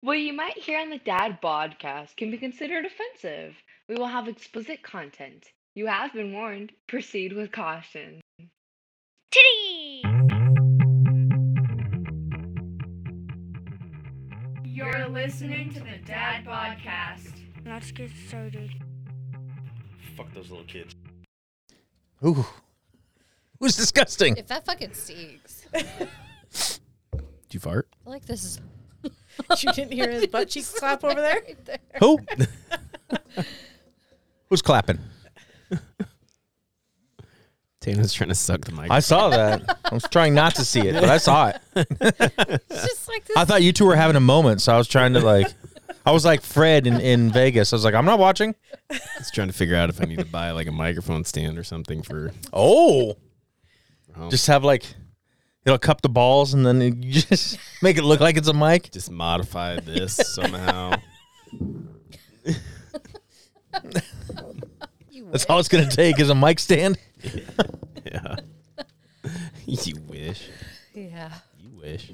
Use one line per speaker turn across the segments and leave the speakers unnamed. What you might hear on the Dad Podcast can be considered offensive. We will have explicit content. You have been warned. Proceed with caution.
Titties!
You're listening to the Dad Podcast.
Let's get started.
Fuck those little kids.
Ooh. It was disgusting.
If that fucking stinks.
Did you fart?
Like this is
You didn't hear his butt cheeks clap over there?
right there.
Who? Who's clapping?
Tana's trying to suck the mic.
I saw that. I was trying not to see it, but I saw it.
It's just like this.
I thought you two were having a moment, so I was trying to like I was like Fred in, in Vegas. I was like, I'm not watching.
I was trying to figure out if I need to buy like a microphone stand or something for.
Oh.
Oh.
Just have like it'll cup the balls and then you just make it look like it's a mic.
Just modify this somehow.
you
That's all it's gonna take is a mic stand.
Yeah. you wish.
wish. Yeah.
You wish.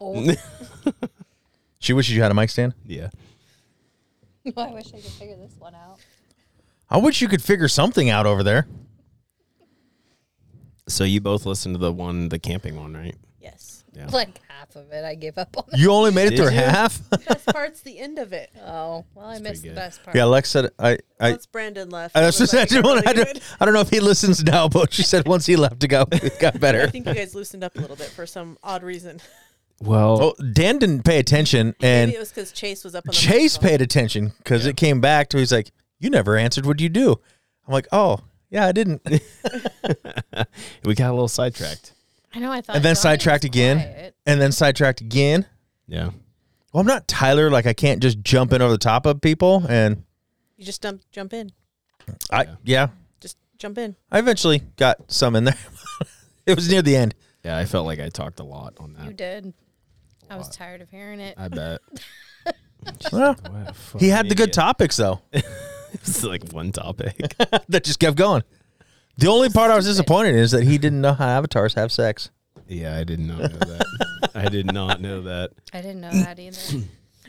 Oh,
She wishes you had a mic stand.
Yeah.
I wish I could figure this one out.
I wish you could figure something out over there.
So you both listened to the one, the camping one, right?
Yes.
Yeah.
Like half of it, I gave up on.
You only made it
Did
through
you?
half?
Best part's the end of it.
Oh, well, I missed the
pretty good.
best part.
yeah, Lex said I, I
Once Brandon left.
I,
it
was just, I,
like
don't, I,
really
don't,
good.
I don't know if he listens now, but she said once he left, it got, it got
I
better.
think you guys loosened up a little bit for some odd reason.
Well,
Oh, Dan didn't pay attention,
Maybe
and
it was because Chase was up on the
Chase
microphone.
paid attention because it came back to he's like, "You never answered. What do you do?" I'm like, "Oh, yeah, I didn't."
we got a little sidetracked.
I know. I thought.
and then
Johnny
sidetracked
was
again,
quiet.
and then sidetracked again.
Yeah.
Well, I'm not Tyler. Like I can't just jump in over the top of people, and
You just dump, jump in.
I
Yeah.
yeah,
Just jump in.
I eventually got some in there. it was near the end.
Yeah. I felt like I talked a lot on that.
You did. I was tired of hearing it.
I bet.
Well,
What a fucking
he had the good
idiot.
topics though.
It's like one topic.
that just kept going. The only part I was disappointed is that he didn't know how avatars have sex.
yeah, I did not know that. I did not know that.
I didn't know that either.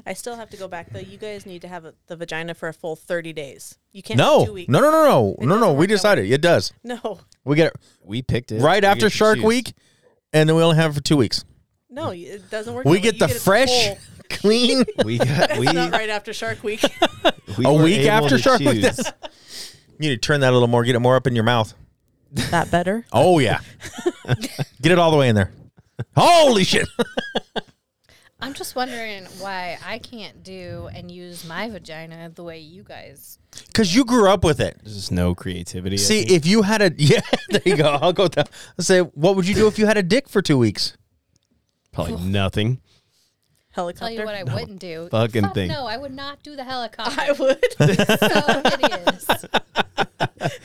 I still have to go back, though. You guys need to have a, the vagina for a full 30 days. You can't
No,
do two
no,
weeks.
no, no, no, no, no.
doesn't
We
work that
decided it does.
No.
We get it
We picked it
right
We
after
get to
Shark
choose.
Week, and then we only have it for two weeks.
No, you- it doesn't work.
We
that way.
get
You
the
a
fresh,
full-
clean.
We got we,
Not right after Shark Week.
we
A
were
week
able
after
to
Shark Week.
choose.
You need to turn that a little more. Get it more up in your mouth.
that better?
Oh yeah, get it all the way in there. Holy shit!
I'm just wondering why I can't do and use my vagina the way you guys.
Because you grew up with it.
There's just no creativity. I
See,
think.
if you had a yeah, there you go. I'll go with that. I'll say, what would you do if you had a dick for two weeks?
probably nothing.
Tell
Helicopter.
you what, I wouldn't do.
Fucking
Fuck
thing.
No, I would not do the helicopter.
I would.
so hideous.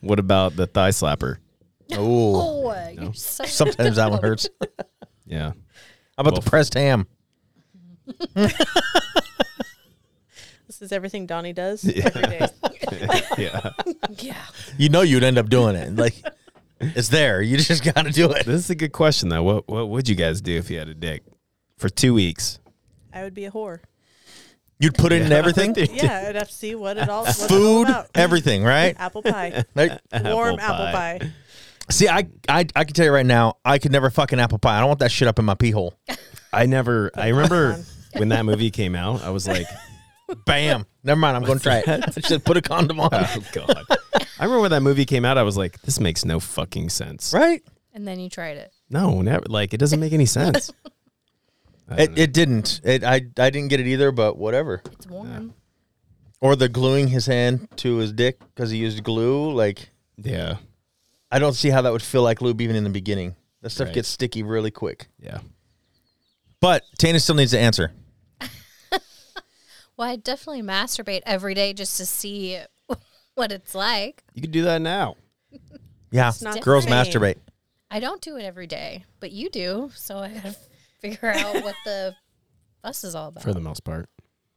What about the thigh slapper?
Oh,
Oh, you're so
sometimes that one hurts. How
Yeah.
about the pressed ham?
This is everything Donnie does every day.
Yeah.
yeah.
you know you'd end up doing it. Like it's there. You just gotta do it.
this is a good question though. What what would you guys do if you had a dick for two weeks?
I would be a whore.
You'd put it in everything.
Yeah, I'd have to see what it all. What's it all
Food,
about.
everything, right?
apple pie,
Like,
warm
Apple
apple pie.
see, I, I I can tell you right now, I could never fucking apple pie. I don't want that shit up in my pee hole.
I never. I remember when that movie came out. I was like,
Bam. Never mind, I'm gonna try it. I should put a condom on.
oh god. I remember when that movie came out. I was like, this makes no fucking sense.
right?
And then you tried it.
No, never. Like it doesn't make any sense. I don't
It, it didn't. It I I didn't get it either, but whatever.
It's warm.
Or the gluing his hand to his dick because he used glue. Like
know. yeah.
I don't see how that would feel like lube even in the beginning. That stuff
Right.
gets sticky really quick.
Yeah.
But Tana still needs to answer.
Well, I definitely masturbate every day just to see what it's like.
You could do that now.
Yeah,
not
girls
the same.
masturbate.
I don't do it every day, but you do. So I gotta figure out what the fuss is all about.
For the most part,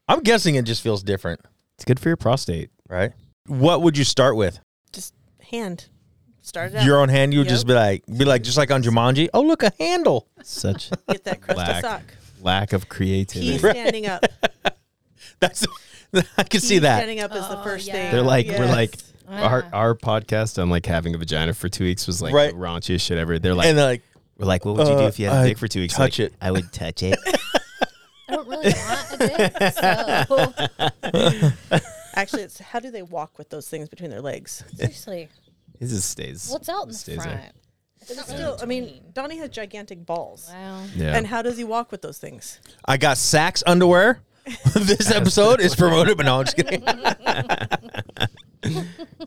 I'm guessing it just feels different,
it's good for your prostate.
right? What would you start with?
Just hand. Start it out.
Your own hand? You would
Yep.
just be like, be like, just like on Jumanji. Oh, look, a handle.
Such
Get that crust of
lack,
sock.
lack of
Pee
creativity.
standing up.
That's I can see
Pee
that.
Standing up is the
Oh,
first
yeah.
thing.
They're like, we're
Yes.
like, our
Ah.
our podcast on like having a vagina for two weeks was like
Right.
the raunchiest shit ever. They're like,
And they're like,
we're like, what would you do
uh,
if you had a
I'd
dick for two weeks?
touch
Like,
it.
I would touch it.
I don't really want a dick, so
Actually, it's how do they walk with those things between their legs?
seriously,
it just stays.
what's out in the
Stays there.
front? It's not really
Still, I mean,
between.
Donnie has gigantic balls.
wow.
Yeah.
And how does he walk with those things?
I got Saks underwear. this episode is promoted, but no, I'm just kidding.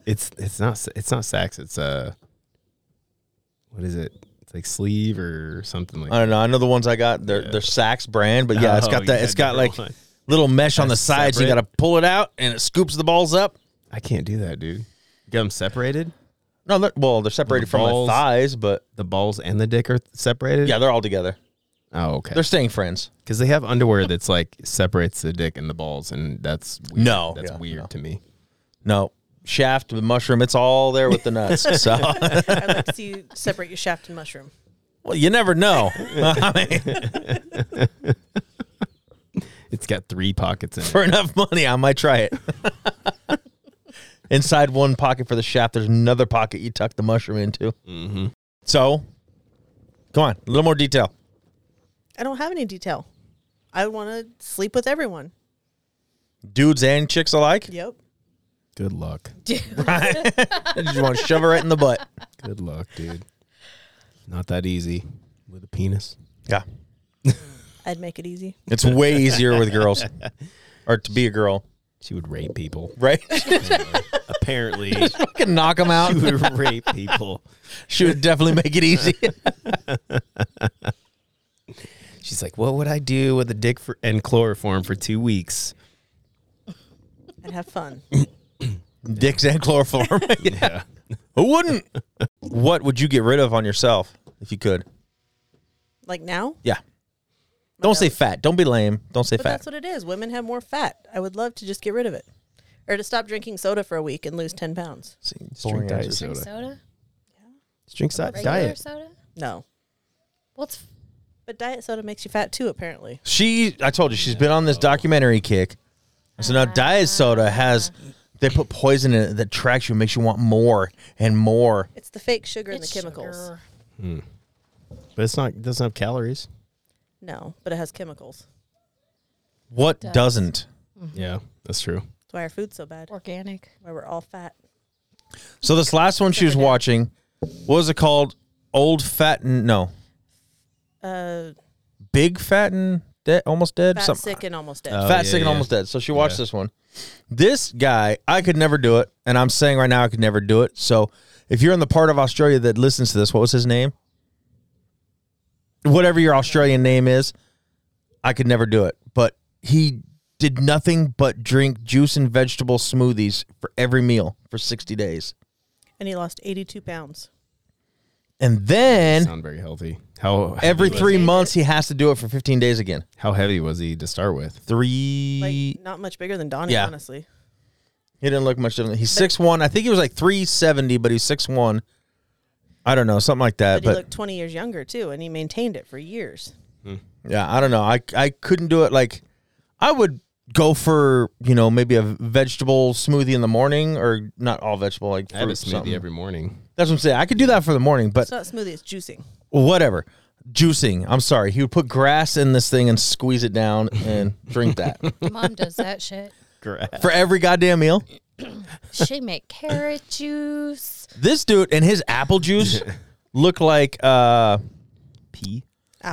it's it's not it's not sax. It's uh, what is it? It's like sleeve or something like.
I don't know. I know the ones I got. They're they're Saks brand, but yeah, it's
Oh,
got that.
yeah,
it's got like
different one.
little mesh on the
That's
sides. You got
separate.
to pull it out, and it scoops the balls up.
I can't do that, dude. Get them separated.
No, they're, well, they're separated from
balls.
my thighs, but
The balls and the dick are separated.
yeah, they're all together.
Oh, okay.
They're staying friends.
Because they have underwear that's like separates the dick and the balls, and that's weird.
No.
That's
Yeah,
weird
no.
to me.
No shaft, the mushroom. It's all there with the nuts. So,
I'd like to see you separate your shaft and mushroom.
well, you never know. I mean,
It's got three pockets in it.
for enough money, I might try it. Inside one pocket for the shaft, there's another pocket you tuck the mushroom into. Mm-hmm. So, come on, a little more detail.
I don't have any detail. I want to sleep with everyone.
Dudes and chicks alike.
Yep.
Good luck.
You just want to shove her right in the butt.
Good luck, dude. Not that easy with a penis.
Yeah.
I'd make it easy.
It's way easier with girls or to be a girl,
She would rape people.
right?
Apparently,
Fucking knock them out.
she would rape people.
She would definitely make it easy.
She's like, "What would I do with a dick for- and chloroform for two weeks?"
I'd have fun.
Dicks and chloroform.
Yeah.
Who wouldn't? What would you get rid of on yourself if you could?
Like now?
Yeah. Don't say fat. Don't be lame. Don't say
But
fat.
that's what it is. Women have more fat. I would love to just get rid of it. Or to stop drinking soda for a week and lose 10 pounds.
See,
Drink
boring
diet
answers.
Drink
soda.
soda,
Drink si-
regular
diet.
soda.
No.
What's
But diet soda makes you fat too, apparently.
She, I told you, she's been on this documentary kick. So now diet soda has, they put poison in it that tracks you, makes you want more and more.
It's the fake sugar
it's
and the chemicals.
sugar.
But it's not. It doesn't have calories.
No, but it has chemicals.
What
Does.
doesn't?
Yeah, that's true.
That's why our food's so bad.
Organic.
Why we're all fat.
So this last one she was watching, what was it called? Old fat and no,
Uh,
big fat and dead, almost dead.
fat,
some-
sick, and almost dead.
Oh,
fat,
yeah,
sick, and
yeah.
almost dead. So she watched this one. This guy, I could never do it, and I'm saying right now I could never do it. So if you're in the part of Australia that listens to this, what was his name? Whatever your Australian name is, I could never do it. But he did nothing but drink juice and vegetable smoothies for every meal for 60 days.
and he lost 82 pounds.
And then
Sound very healthy. How heavy
Every
was-
three months, he has to do it for 15 days again.
How heavy was he to start with?
Like,
Three.
not much bigger than Donnie,
Yeah. Uh,
honestly.
He didn't look much different. He's six one. I think he was like 370, but he's six one. I don't know, something like that.
But, he
But,
looked 20 years younger, too, and he maintained it for years.
yeah, I don't know. I I couldn't do it. Like, I would go for you know maybe a vegetable smoothie in the morning or not all vegetable like
I have a
fruit, something.
smoothie every morning.
That's what I'm saying. I could do that for the morning, but
It's not smoothie, it's juicing.
whatever. Juicing. I'm sorry. He would put grass in this thing and squeeze it down and drink that
Mom does that shit.
for every goddamn meal.
She make carrot juice.
This dude and his apple juice look like uh
Pee.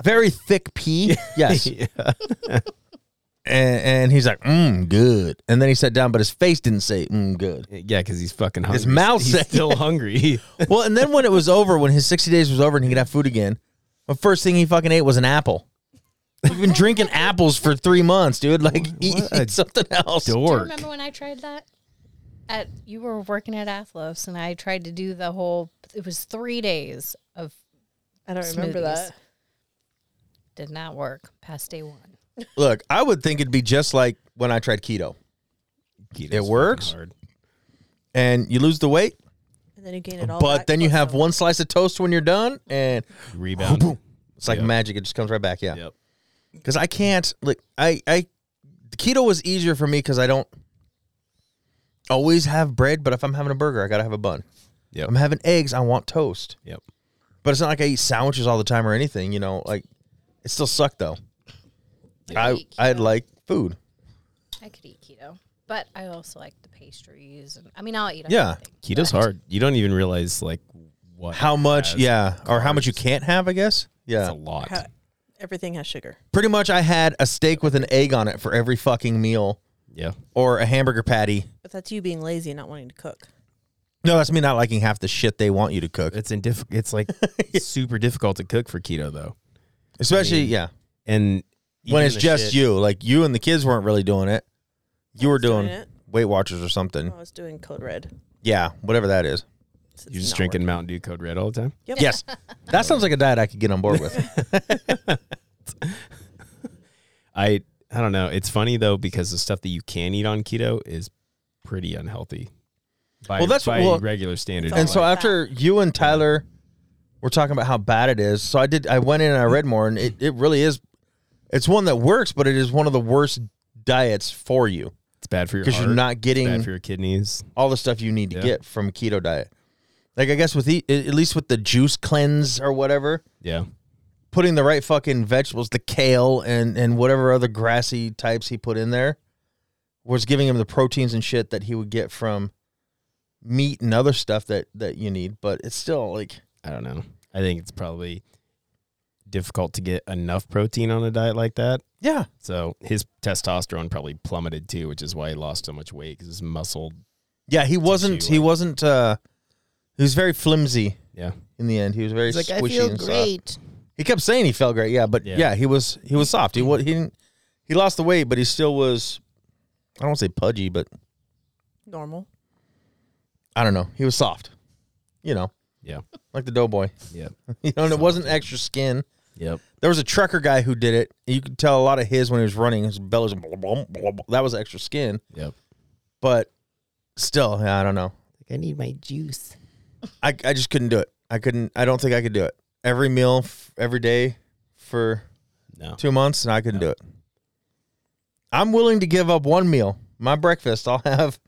very thick pea. Yes. And, and he's like, mmm, good. And then he sat down, but his face didn't say, mmm, good.
Yeah, because he's fucking hungry.
His mouth
He's
said-
still hungry.
Well, and then when it was over, when his 60 days was over and he could have food again, the first thing he fucking ate was an apple. We've been drinking apples for three months, dude. Like, eat,
What a
eat something else.
Do you
Dork.
remember when I tried that? At you were working at Athlos, and I tried to do the whole. It was three days of
I don't
smoothies. Did not work past day one.
Look, I would think it'd be just like when I tried keto.
Keto's
It works.
fucking hard.
And you lose the weight,
And then you gain it all.
but
back
then you
plus
have
some-
one slice of toast when you're done, and
Rebound.
it's like
Yep.
magic. It just comes right back. Yeah.
Yep.
because I can't like I I the keto was easier for me because I don't always have bread, but if I'm having a burger, I gotta have a bun. Yeah,
Yep.
I'm having eggs, I want toast.
Yep.
But it's not like I eat sandwiches all the time or anything. You know, like it still sucked though. I
eat
I
keto.
like food.
I could eat keto, but I also like the pastries. And I mean, I'll eat.
Yeah.
everything,
Keto's
but-
hard. You don't even realize like what
How
it
much?
has.
Yeah, or how much you
carbs.
can't have? I guess.
It's
Yeah.
a lot.
How- everything has sugar.
Pretty much, I had a steak with an egg on it for every fucking meal,
yeah.
or a hamburger patty.
But that's you being lazy and not wanting to cook.
No, that's me not liking half the shit they want you to cook.
It's in diff- it's like super difficult to cook for keto though.
Especially, yeah,
And eating
when it's
the
just
shit-
you. Like you and the kids weren't really doing it. You were doing,
doing it.
Weight Watchers or something.
I was doing code red.
Yeah, whatever that is.
It's-
you're
it's
just
not
drinking
working.
Mountain Dew Code Red all the time.
Yep.
Yes, that sounds like a diet I could get on board with.
I I don't know. It's funny though because the stuff that you can eat on keto is pretty unhealthy. By,
Well, that's-
by
well-
regular standards.
and so
Like,
after you and Tyler were talking about how bad it is, so I did. I went in and I read more, and it, it really is. It's one that works, but it is one of the worst diets for you
it's bad for your
because
heart.
you're not
it's bad for
getting
your kidneys.
all the stuff you need to
Yeah.
get from a keto diet. Like I guess with the, at least with the juice cleanse or whatever,
Yeah.
putting the right fucking vegetables, the kale and and whatever other grassy types he put in there, was giving him the proteins and shit that he would get from meat and other stuff that that you need. But it's still like
I don't know. I think it's probably difficult to get enough protein on a diet like that.
yeah,
So his testosterone probably plummeted too, which is why he lost so much weight because his muscle.
yeah. He wasn't.
Tissue,
He
like-
wasn't. uh He was very flimsy
Yeah.
in the end. He was very squishy and soft. He kept saying he felt great. Yeah, but yeah,
Yeah.
he was he was soft. He wa- he didn't, he lost the weight, but he still was. I don't want to say pudgy, but
normal.
I don't know. He was soft. You know,
Yeah.
like the doughboy.
Yep.
You know, and it wasn't extra skin.
Yep.
There was a trucker guy who did it. You could tell a lot of his when he was running. His belly was blah, blah, blah, blah. that was extra skin,
Yep.
but still, yeah, I don't know.
Like I need my juice.
I I just couldn't do it. I couldn't. I don't think I could do it. Every meal, f- every day, for
No.
two months, and I couldn't do it. I'm willing to give up one meal. My breakfast, I'll have.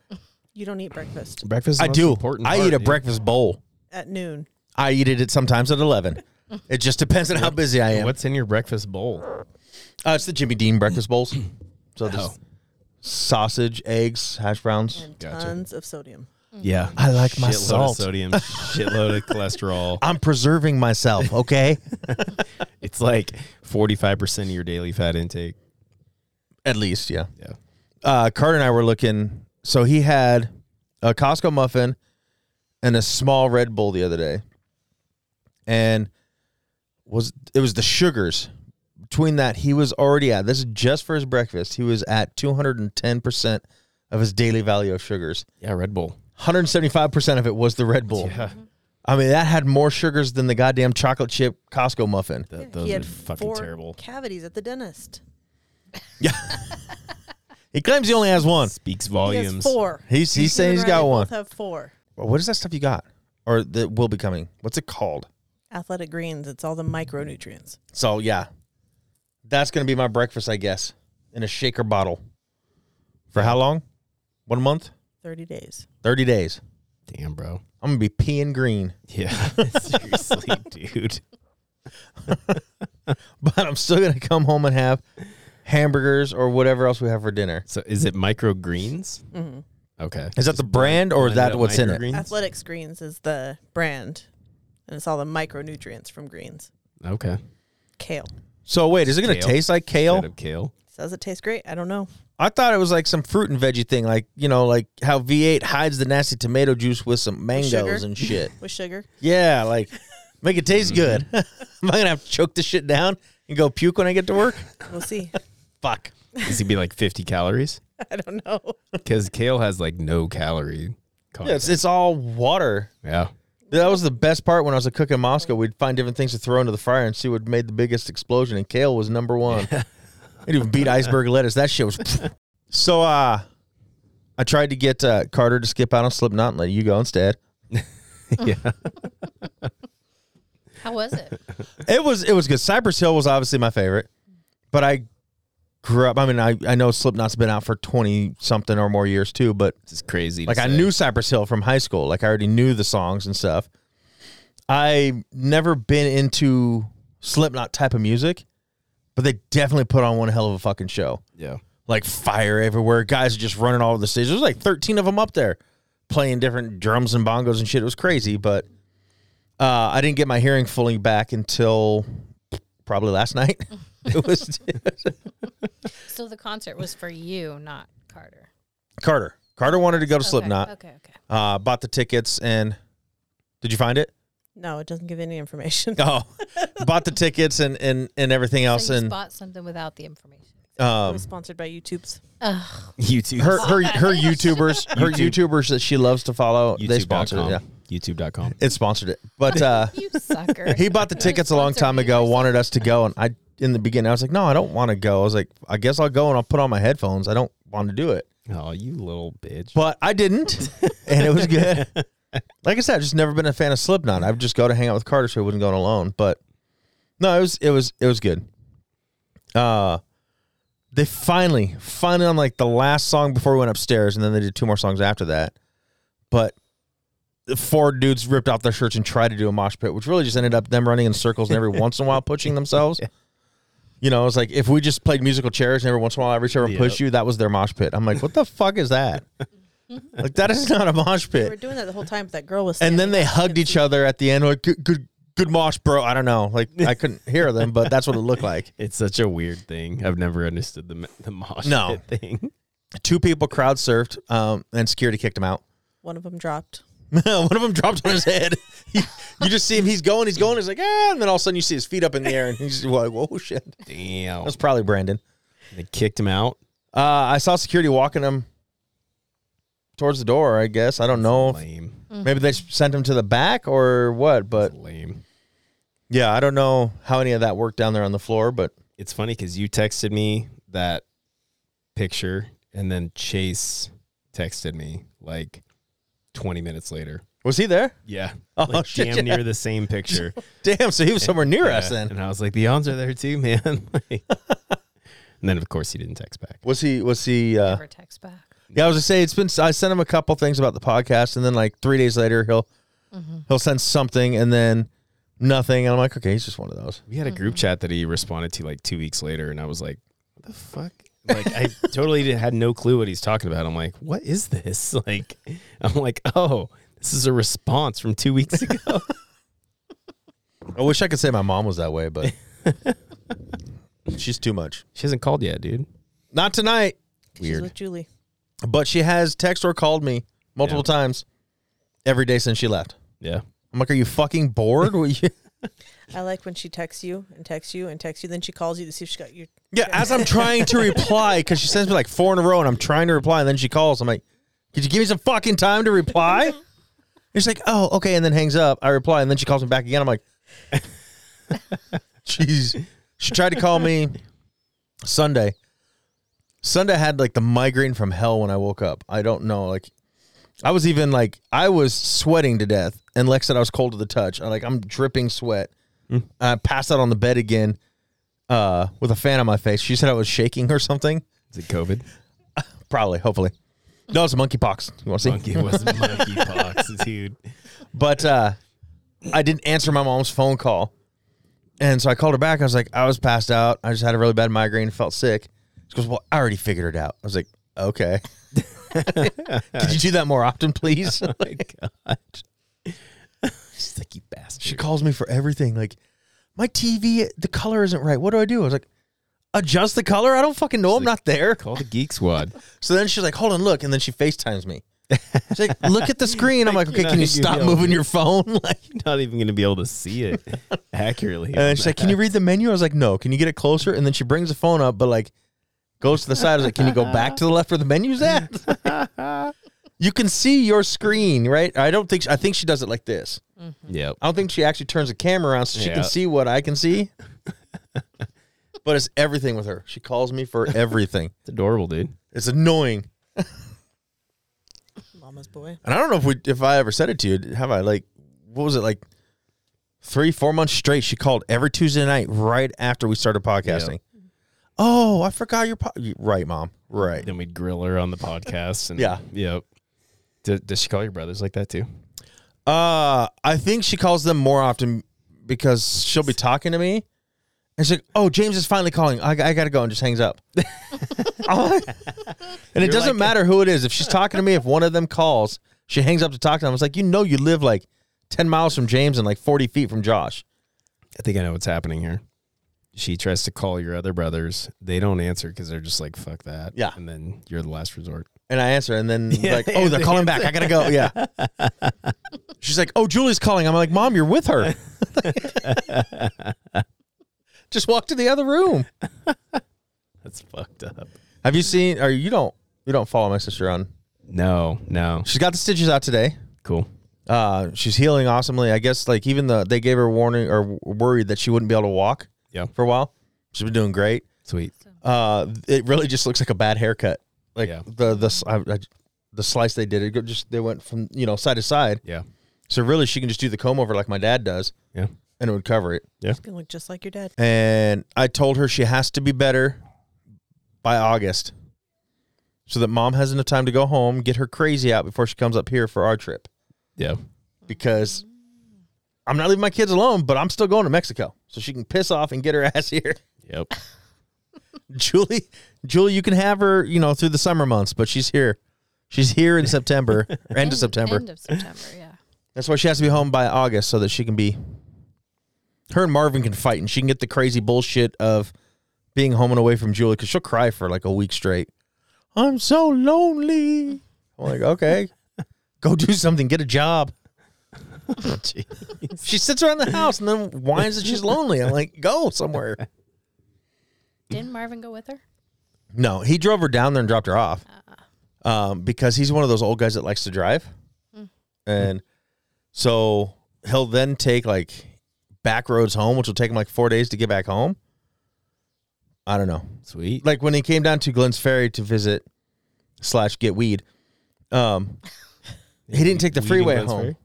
You don't eat breakfast
Breakfast. is
I
the most
do.
Important.
I
part,
eat a
dude.
breakfast bowl.
at noon.
I eat it at sometimes at eleven. It just depends on how busy I am.
What's in your breakfast bowl?
Uh, it's the Jimmy Dean breakfast bowls. So there's
Oh.
sausage, eggs, hash browns.
And
Gotcha.
tons of sodium.
Yeah.
I like my
shitload
salt.
Of sodium. shitload of cholesterol.
I'm preserving myself, okay?
It's like forty five percent of your daily fat intake.
At least, yeah.
Yeah.
Uh, Carter and I were looking. So he had a Costco muffin and a small Red Bull the other day, and was it was the sugars between that he was already at. This is just for his breakfast. He was at 210 percent of his daily value of sugars.
Yeah. Red Bull.
175 percent of it was the Red Bull.
Yeah.
I mean, that had more sugars than the goddamn chocolate chip Costco muffin.
Th-
Yeah,
those
he
are
had
fucking
four
terrible.
cavities at the dentist.
He claims he only has one.
Speaks
He has
volumes.
four.
He's he's saying he's
Doing right,
got
they
one.
Both have four.
What is that stuff you got, or that will be coming? What's it called?
Athletic greens. It's all the micronutrients.
So yeah, that's gonna be my breakfast, I guess, in a shaker bottle. For how long? One month,
Thirty days.
thirty days.
Damn, bro.
I'm gonna be peeing green,
Yeah. Seriously, dude.
but I'm still gonna come home and have hamburgers or whatever else we have for dinner.
So is it microgreens?
Mm-hmm.
Mhm.
Okay.
Is that the brand or is that what's in it?
Microgreens?
Athletics greens is the brand, and it's all the micronutrients from greens.
Okay.
Kale.
So wait, is it gonna
Kale.
taste like
Instead
kale?
of kale.
Does it taste great? I don't know.
I thought it was like some fruit and veggie thing, like you know, like how V8 hides the nasty tomato juice with some mangoes
sugar?
and shit.
With sugar.
Yeah, like make it taste good. Am I gonna have to choke this shit down and go puke when I get to work?
We'll see.
Fuck.
Does it be like 50 calories?
I don't know.
Because kale has like no calorie
Yeah,
content.
it's, it's all water.
Yeah.
That was the best part when I was a cook in Moscow. We'd find different things to throw into the fire and see what made the biggest explosion, and kale was number one. it even beat iceberg lettuce. That shit was. so, uh, I tried to get uh, Carter to skip out on Slipknot and let you go instead.
yeah.
How was it?
It was it was good. Cypress Hill was obviously my favorite, But I grew up. I mean, I, I know Slipknot's been out for twenty something or more years too. But
This is crazy. to
like I
say.
knew Cypress Hill from high school. Like I already knew the songs and stuff. I never been into Slipknot type of music, but they definitely put on one hell of a fucking show.
Yeah.
Like fire everywhere. Guys just running all over the stage. There's like 13 of them up there playing different drums and bongos and shit. It was crazy, but uh, I didn't get my hearing fully back until probably last night. it was
So the concert was for you, not Carter.
Carter. Carter wanted to go to
Okay,
Slipknot.
Okay, okay.
Uh, bought the tickets and did you find it?
No, it doesn't give any information.
Oh, bought the tickets and and and everything else,
So you
and
bought something without the information.
It
um,
was sponsored by YouTube's.
Ugh.
YouTube.
her her her YouTubers, her
YouTube.
YouTubers that she loves to follow, they sponsored it. Yeah,
YouTube.com.
it sponsored it. But uh,
You sucker.
he bought the tickets a long time ago. Wanted us to go, and I in the beginning I was like, no, I don't want to go. I was like, I guess I'll go and I'll put on my headphones. I don't want to do it,
Oh, you little bitch.
but I didn't, and it was good. Like I said, I've just never been a fan of Slipknot. I'd just go to hang out with Carter, so I wouldn't go in alone. But no, it was it was it was good. Uh they finally, finally on like the last song before we went upstairs, and then they did two more songs after that. But the four dudes ripped off their shirts and tried to do a mosh pit, which really just ended up them running in circles and every once in a while pushing themselves. You know, it's like if we just played musical chairs and every once in a while every chair would push
Yep.
you, that was their mosh pit. I'm like, what the fuck is that? like that is not a mosh
We were
pit.
doing that the whole time. But that girl was.
And then
standing
they
up.
hugged each other at the end. Like, good, good, good mosh, bro. I don't know. Like, I couldn't hear them, but that's what it looked like.
It's such a weird thing. I've never understood the the mosh
No.
pit thing.
Two people crowd surfed, um, and security kicked him out.
One of them dropped.
One of them dropped on his head. you you just see him. He's going. He's going. He's like, ah, and then all of a sudden you see his feet up in the air, and he's like, whoa, shit. That
Damn.
was probably Brandon.
They kicked him out.
Uh, I saw security walking him towards the door. I guess I don't know. If,
Lame.
maybe they sent him to the back or what, but
Lame.
yeah, I don't know how any of that worked down there on the floor, but
It's funny because you texted me that picture, and then Chase texted me like 20 minutes later.
was he there?
Yeah.
Oh,
like
shit,
damn
yeah.
near the same picture.
Damn, so he was somewhere near
Yeah,
us then.
And I was like, the odds are there too, man. Like- and then, of course, he didn't text back.
Was he? Was he? Uh,
Never text back.
yeah, I was gonna say it's been. I sent him a couple things about the podcast, and then like three days later, he'll he'll send something, and then nothing. And I'm like, okay, he's just one of those.
We had a group chat that he responded to like two weeks later, and I was like, what the fuck? Like, I totally did, had no clue what he's talking about. I'm like, what is this? Like, I'm like, oh, this is a response from two weeks ago.
I wish I could say my mom was that way, but she's too much.
she hasn't called yet, dude.
Not tonight,
She's
Weird.
with Julie.
but she has texted or called me multiple times every day since she left.
Yeah.
I'm like, are you fucking bored? What you-
I like when she texts you and texts you and texts you. Then she calls you to see if she got your.
yeah, as I'm trying to reply, because she sends me like four in a row, and I'm trying to reply, and then she calls. I'm like, could you give me some fucking time to reply? And she's like, oh, okay, and then hangs up. I reply, and then she calls me back again. I'm like, jeez. She tried to call me Sunday. Sunday I had like the migraine from hell when I woke up. I don't know. Like, I was even like, I was sweating to death, and Lex said I was cold to the touch. I'm like, I'm dripping sweat. I passed out on the bed again uh, with a fan on my face. She said I was shaking or something.
Is it COVID?
Probably, hopefully. No, it's monkeypox. You want to see?
Monkey was monkeypox, dude.
But uh, I didn't answer my mom's phone call, and so I called her back. I was like, I was passed out. I just had a really bad migraine. Felt sick. She goes, Well, I already figured it out. I was like, Okay. Could you do that more often, please?
My God. Sticky bastard.
she calls me for everything. Like, my TV, the color isn't right. What do I do? I was like, Adjust the color. I don't fucking know. I'm not there.
Call the Geek Squad.
So then she's like, hold on, look. And then she FaceTimes me. She's like, look at the screen. I'm like, okay,
know,
can you
you
stop
know.
moving your phone? Like,
You're not even going to be able to see it accurately.
and then she's like, can you read the menu? I was like, no. Can you get it closer? And then she brings the phone up, but like, goes to the side. I was like, can you go back to the left where the menu's at? you can see your screen, right? I don't think, she, I think she does it like this.
Yep.
I don't think she actually turns the camera around so she
Yeah.
can see what I can see. but it's everything with her. She calls me for everything.
It's adorable, dude.
it's annoying.
Mama's boy.
And I don't know if we, if I ever said it to you, have I? Like, what was it like? Three, four months straight. She called every Tuesday night right after we started podcasting. Oh, I forgot your po-. y- right, mom. Right.
Then we'd grill her on the podcast. And,
Yeah.
Yep. D- does she call your brothers like that too?
Uh, I think she calls them more often because she'll be talking to me, and she's like, "Oh, James is finally calling. I, I gotta go," and just hangs up. I'm like- and it
You're
doesn't
like-
matter who it is. If she's talking to me, if one of them calls, she hangs up to talk to them. It's like you know, you live like ten miles from James and like forty feet from Josh.
I think I know what's happening here. She tries to call your other brothers. They don't answer because they're just like, fuck that.
Yeah.
And then you're the last resort.
And I answer, and then
Yeah,
like, "Oh, they're calling back. I gotta go." Yeah. she's like, "Oh, Julie's calling." I'm like, "Mom, you're with her." just walk to the other room.
That's fucked up.
Have you seen? Or you don't? You don't follow my sister on?
No, no.
She's got the stitches out today.
Cool.
Uh, she's healing awesomely. I guess like even the they gave her warning or w- worried that she wouldn't be able to walk.
Yeah.
for a while. She's been doing great.
Sweet.
Uh, it really just looks like a bad haircut. Like
Yeah.
the the s- I, I- the slice they did, it go- just they went from you know side to side.
Yeah.
So really, she can just do the comb over like my dad does.
Yeah.
and it would cover it.
It's gonna look just like your dad.
And I told her she has to be better by August, so that mom has enough time to go home, get her crazy out before she comes up here for our trip.
Yeah.
because I'm not leaving my kids alone, but I'm still going to Mexico. So she can piss off and get her ass here.
Yep.
Julie, Julie, you can have her, you know, through the summer months, but she's here. She's here in September, or end of September.
End of September, yeah.
That's why she has to be home by August so that she can be her and Marvin can fight and she can get the crazy bullshit of being home and away from Julie because she'll cry for like a week straight. I'm so lonely. I'm like, okay, go do something, get a job. she sits around the house and then whines that she's lonely. I'm like, go somewhere.
Didn't Marvin go with her?
No, he drove her down there and dropped her off um, because he's one of those old guys that likes to drive. And so he'll then take like back roads home, which will take him like four days to get back home. I don't know.
Sweet.
Like when he came down to Glens Ferry to visit slash get weed, um, he didn't take the
Weed in
freeway
Glens
home.
Ferry?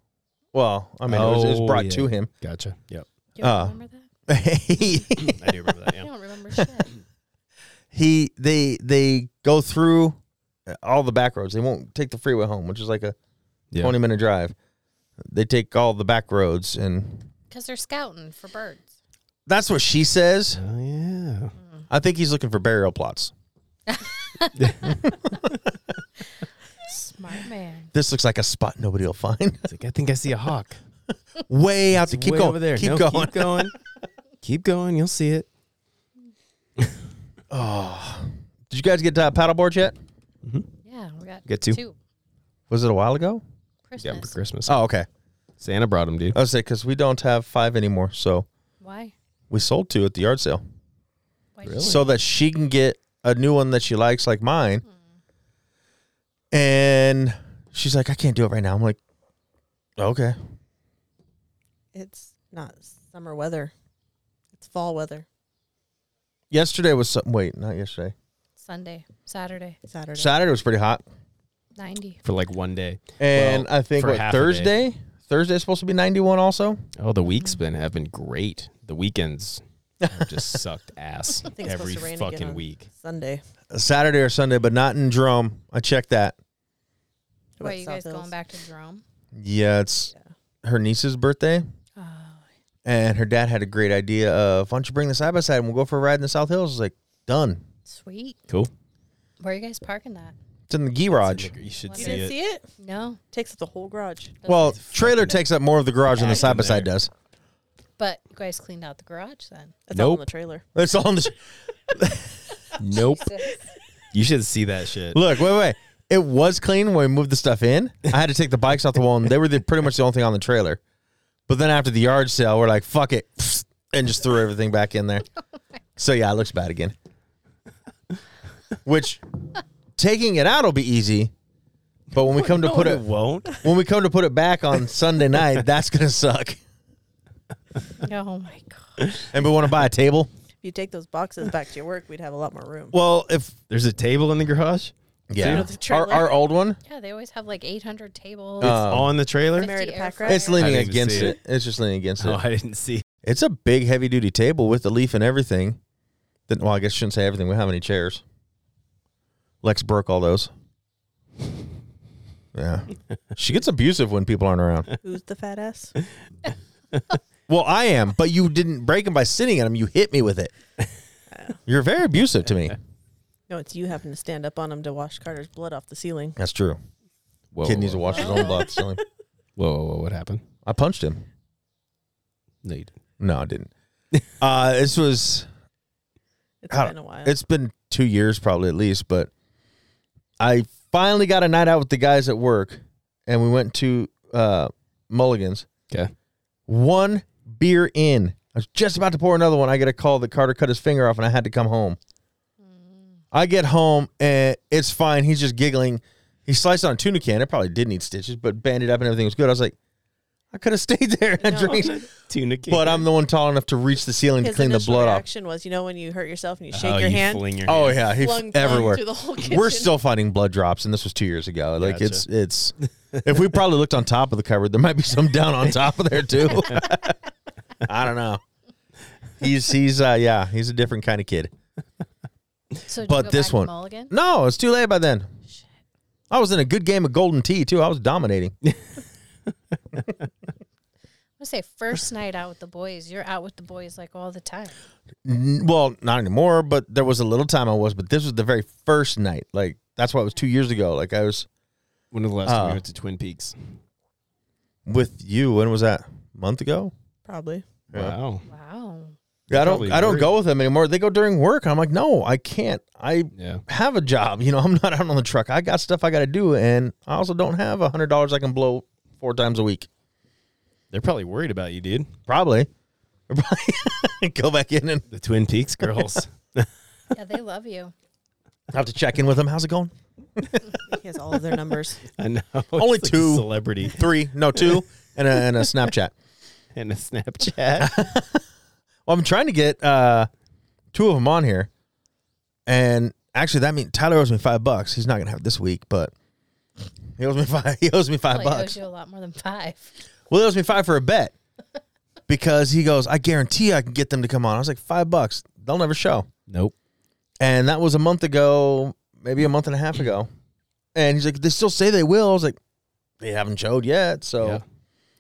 Well, I mean, it, was, it
Oh,
was brought
yeah.
to him.
Gotcha. Yep.
Do you all
Uh,
remember that?
he,
I do remember that.
I
Yeah.
don't remember shit.
he they they go through all the back roads. They won't take the freeway home, which is like a
Yeah.
20 minute drive. They take all the back roads, and
Because they're scouting for birds.
that's what she says.
Oh, yeah.
I think he's looking for burial plots.
Smart man.
This looks like a spot nobody will find.
It's like, I think I see a hawk.
Way out to
It's
keep
way
going.
over there.
Keep
No,
going.
Keep going. keep going. You'll see it.
Did you guys get uh, paddleboards yet?
Yeah, we got
Get two.
Was it a while ago?
Yeah, for
Christmas.
Christmas.
Oh, okay.
Santa brought him, dude.
I was say because we don't have five anymore, so
Why?
we sold two at the yard sale
Why
so that she can get a new one that she likes, like mine. Hmm. And she's like, I can't do it right now. I'm like, okay.
It's not summer weather. It's fall weather.
Yesterday was some, wait, not yesterday.
Sunday, Saturday,
Saturday.
Saturday was pretty hot.
90.
For like one day.
And
Well,
I think
for
what
half a
Thursday? Thursday's supposed to be 91 also.
Oh, the week's been have been great. The weekends have just sucked ass
it's
every
supposed to rain again
fucking
on-
week.
Sunday.
Saturday or Sunday, but not in Drum. I checked that.
What,
Wait, you guys
South
going
Hills?
back to Jerome?
Yeah, it's her niece's birthday.
Oh,
And her dad had a great idea of, why don't you bring the side by side and we'll go for a ride in the South Hills? I was like, done.
sweet.
Cool.
Where are you guys parking that?
It's in the garage.
You should
You
You
see
didn't
didn't
it.
see it?
No,
Takes up the whole garage.
Well, trailer takes up more of the garage than the
Back
side by
in
side
there.
does.
but you guys cleaned out the garage then.
That's all on
Nope.
the trailer.
It's all in the.
Nope.
Jesus.
You should see that shit.
Look, wait, wait. It was clean when we moved the stuff in. I had to take the bikes off the wall, and they were the, pretty much the only thing on the trailer. But then after the yard sale, we're like, fuck it, and just threw everything back in there.
Oh
So yeah, it looks bad again. Which taking it out will be easy, but when we come to put it
won't.
when we come to put it back on Sunday night, that's gonna suck.
oh my God.
And we want to buy a table.
If you take those boxes back to your work, we'd have a lot more room.
Well, if
There's a table in the garage.
yeah,
the
our,
trailer.
our old one,
Yeah, they always have like 800 tables.
Uh,
on the trailer.
Fifty
married a
air
pack
fryer.
rat?
it's leaning
I didn't even
against
see
it. It's just leaning against it.
Oh, I didn't see.
It's a big, heavy duty table with the leaf and everything. Then, well, I guess I shouldn't say everything. We have many chairs. Lex broke all those. Yeah, she gets abusive when people aren't around.
Who's the fat ass?
Well, I am, but you didn't break them by sitting on them. You hit me with it. You're very abusive to me.
No, it's you having to stand up on him to wash Carter's blood off the ceiling.
That's true.
Whoa,
Kid needs to
whoa,
wash his own blood. Silly.
whoa, whoa, whoa, what happened?
I punched him.
No, you didn't.
No, I didn't. Uh, this was
It's
I
been
don't-
a while.
It's been two years probably at least, but I finally got a night out with the guys at work, and we went to uh, Mulligan's.
Okay.
One beer in. I was just about to pour another one. I get a call that Carter cut his finger off, and I had to come home.
Mm.
I get home and it's fine. He's just giggling. He sliced on a tuna can. It probably did need stitches, but banded up and everything was good. I was like, I could have stayed there and drank,
Tuna can.
but I'm the one tall enough to reach the ceiling to
His
clean the
initial
blood off.
reaction was, you know, when you hurt yourself and you shake
oh,
your
you
hand,
Fling your
Oh
hand.
yeah, he
flung blood
everywhere.
through the whole kitchen.
We're still finding blood drops, and this was two years ago. Like
Gotcha.
it's it's. If we probably looked on top of the cupboard, there might be some down on top of there too. I don't know. He's he's uh yeah he's a different kind of kid.
So did you
But
go
this
back to
one-
Mulligan?
No, it's too late by then. I was in a good game of golden tea too. I was dominating.
I'm gonna say first night out with the boys. You're out with the boys like all the time.
N- Well, not anymore, but there was a little time I was. But this was the very first night. Like that's why it was two years ago. Like I was
When was the last time
Uh,
we went to Twin Peaks?
with you. When was that? A month ago.
probably.
Yeah.
Wow.
Wow.
Yeah, I
Probably
don't I don't
work.
go with them anymore. They go during work. I'm like, no, I can't. I
Yeah.
have a job. You know, I'm not out on the truck. I got stuff I got to do, and I also don't have a hundred dollars I can blow four times a week.
They're probably worried about you, dude.
Probably. Probably go back in and
The Twin Peaks girls.
Yeah, they love you.
I have to check in with them. How's it going?
He has all of their numbers.
I know. It's
Only
like a
two.
celebrity
Three, no two, and a, and a Snapchat.
and a Snapchat.
Well, I'm trying to get uh, two of them on here, and actually, that means Tyler owes me five bucks. He's not gonna have it this week, but he owes me five. He owes me five
Probably
bucks.
owes you a lot more than five.
Well, he owes me five for a bet because he goes, I guarantee I can get them to come on. I was like, five bucks. They'll never show.
nope.
And that was a month ago, maybe a month and a half ago. And he's like, they still say they will. I was like, they haven't showed yet. So, yeah.
Yeah.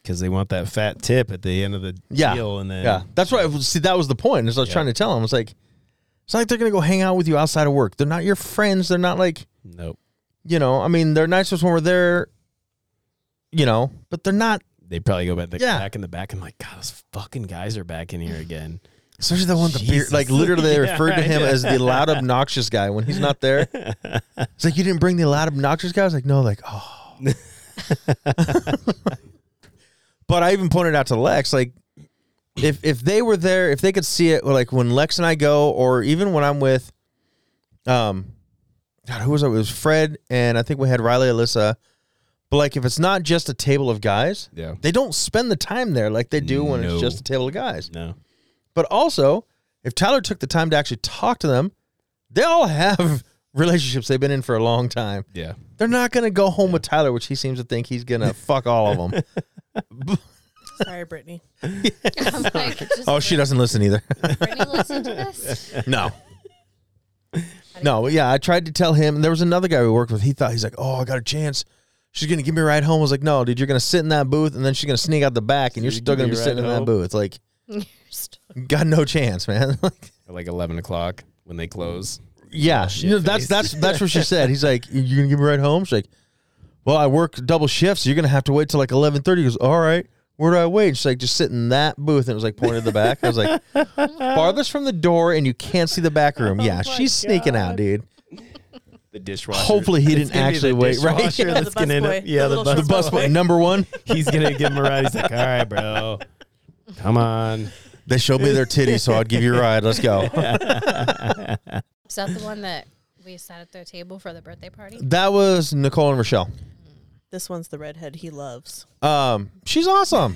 Because they want that fat tip at the end of the
Yeah.
deal, and then
That's what I was, see, that was the point. Is I was
Yeah.
trying to tell him, I was like, it's not like they're going to go hang out with you outside of work. They're not your friends. They're not like,
nope.
you know, I mean, they're nice to us when we're there, you know, but they're not,
They probably go back, the,
Yeah.
back in the back. I'm like, God, those fucking guys are back in here again.
especially the one with the beard.
Jesus.
Like, literally, they
Yeah,
referred to him
right.
as the loud, obnoxious guy when he's not there. It's like you didn't bring the loud obnoxious guy. I was like, no, like oh. but I even pointed out to Lex, like if if they were there, if they could see it, like when Lex and I go, or even when I'm with, um, God, who was it? It was Fred, and I think we had Riley, Alyssa. But like, if it's not just a table of guys,
yeah.
they don't spend the time there like they do when
No.
it's just a table of guys.
No.
But also, if Tyler took the time to actually talk to them, they all have relationships they've been in for a long time.
Yeah.
They're not going to go home with Tyler, which he seems to think he's going to fuck all of them.
Sorry, Brittany.
I'm like, just
oh, she doesn't listen either.
Brittany listen to this?
no. No, but yeah, I tried to tell him. There was another guy we worked with. He thought, he's like, oh, I got a chance. She's going to give me a ride home. I was like, no, dude, you're going to sit in that booth and then she's going to sneak out the back and you're
She's
still
gonna
going to be
give you a
sitting
ride
in that
home?
booth. Like,
You're still-
got no chance, man. like,
At like 11 o'clock when they close.
Yeah, you know, that's
face.
that's that's what she said. He's like, "You gonna give me a ride home?" She's like, "Well, I work double shifts. you're gonna have to wait till like 11.30. He goes, "All right, where do I wait?" She's like, "Just sit in that booth." And it was like pointed to the back. I was like, "Farthest from the door, and you can't see the back
Oh
room." Yeah, she's sneaking out, dude.
The dishwasher.
Hopefully he
It's
didn't
gonna be the
actually wait, right?
dishwasher
Yeah,
that's
the
gonna end
busboy.
up- Yeah,
The
the
little
bus
short
Bus boy number one.
He's gonna give him a ride. He's like, all right, bro. Come on.
They showed me their titties, so I'd give you a ride. Let's go.
Is that the one that we sat at their table for the birthday party?
That was Nicole and Rochelle.
This one's the redhead he loves.
Um, she's awesome.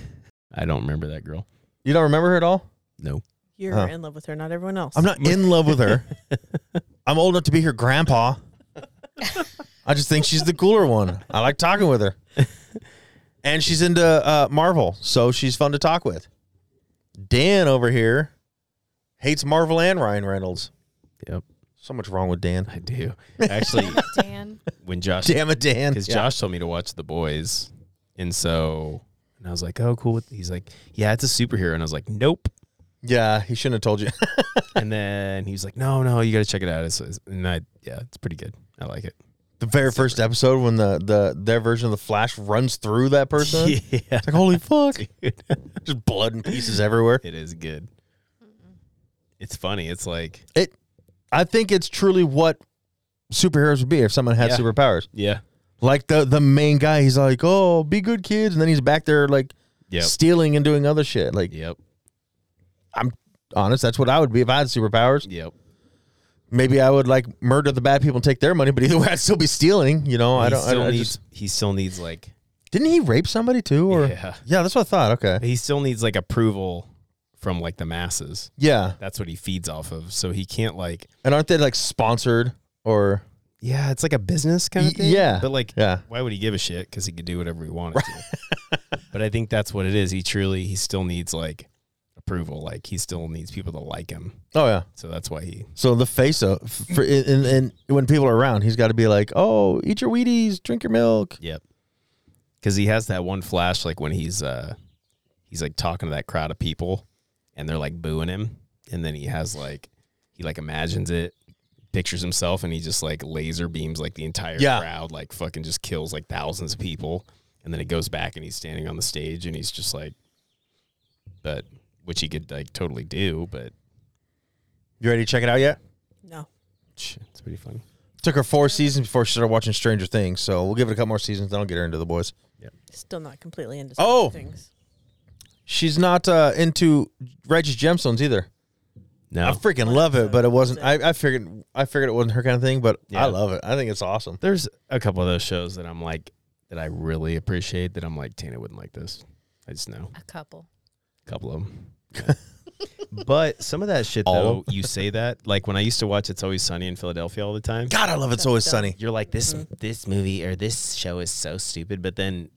I don't remember that girl.
You don't remember her at all?
No.
You're
Huh.
in love with her, not everyone else.
I'm not in love with her. I'm old enough to be her grandpa. I just think she's the cooler one. I like talking with her. And she's into uh, Marvel, so she's fun to talk with. Dan over here hates Marvel and Ryan Reynolds.
Yep,
So much wrong with Dan.
I do. Actually,
Dan.
when Josh
Damn it, Dan.
because Josh told me to watch The Boys, and so and I was like, "Oh, cool." He's like, "Yeah, it's a superhero," and I was like, "Nope."
Yeah, he shouldn't have told you.
and then he was like, "No, no, you got to check it out." It's, it's- and I, yeah, it's pretty good. I like it.
the very first episode when the, the their version of the Flash runs through that person.
Yeah,
It's like holy fuck.
dude.
Just blood and pieces everywhere.
it is good. It's funny. It's like,
It I think it's truly what superheroes would be if someone had
Yeah.
superpowers.
yeah,
Like the the main guy, he's like, "Oh, be good kids," and then he's back there like
yep,
stealing and doing other shit. Like,
yep,
honest, that's what I would be if I had superpowers.
yep.
Maybe I would like murder the bad people and take their money, but either way, I'd still be stealing. You know, I
he
don't. I,
Still
I
needs,
just,
he still needs like,
didn't he rape somebody too? Or
yeah,
yeah, that's what I thought. Okay,
he still needs like approval from like the masses.
yeah,
That's what he feeds off of. So he can't like,
and aren't they like sponsored or
yeah, it's like a business kind
Y-
of thing.
yeah.
but like,
yeah?
why would he give a shit? Because he could do whatever he wanted to. but I think that's what it is. He truly, he still needs like approval. Like he still needs people to like him.
Oh yeah.
So that's why he.
So the face of for and, and when people are around, he's got to be like, "Oh, eat your Wheaties, drink your milk."
Yep. Because he has that one flash, like when he's uh, he's like talking to that crowd of people, and they're like booing him, and then he has like, he like imagines it, pictures himself, and he just like laser beams like the entire
Yeah.
crowd, like fucking just kills like thousands of people, and then it goes back, and he's standing on the stage, and he's just like, but which he could like totally do, but
You ready to check it out yet?
No.
sh- it's pretty funny.
Took her four seasons before she started watching Stranger Things, so we'll give it a couple more seasons. Then I'll get her into the boys.
Still not completely into
Oh.
things.
She's not uh, into Righteous Gemstones either. I
No,
freaking love it, but it wasn't. I, I figured I figured it wasn't her kind of thing, but
Yeah.
I love it. I think it's awesome.
there's a couple of those shows that I'm like that I really appreciate that I'm like Tana wouldn't like this. I just know
A couple.
a couple of them. but some of that shit
All
though, you say that like when I used to watch It's Always Sunny in Philadelphia all the time.
God, I love it's always sunny.
You're like this
Mm-hmm.
this movie or this show is so stupid, but then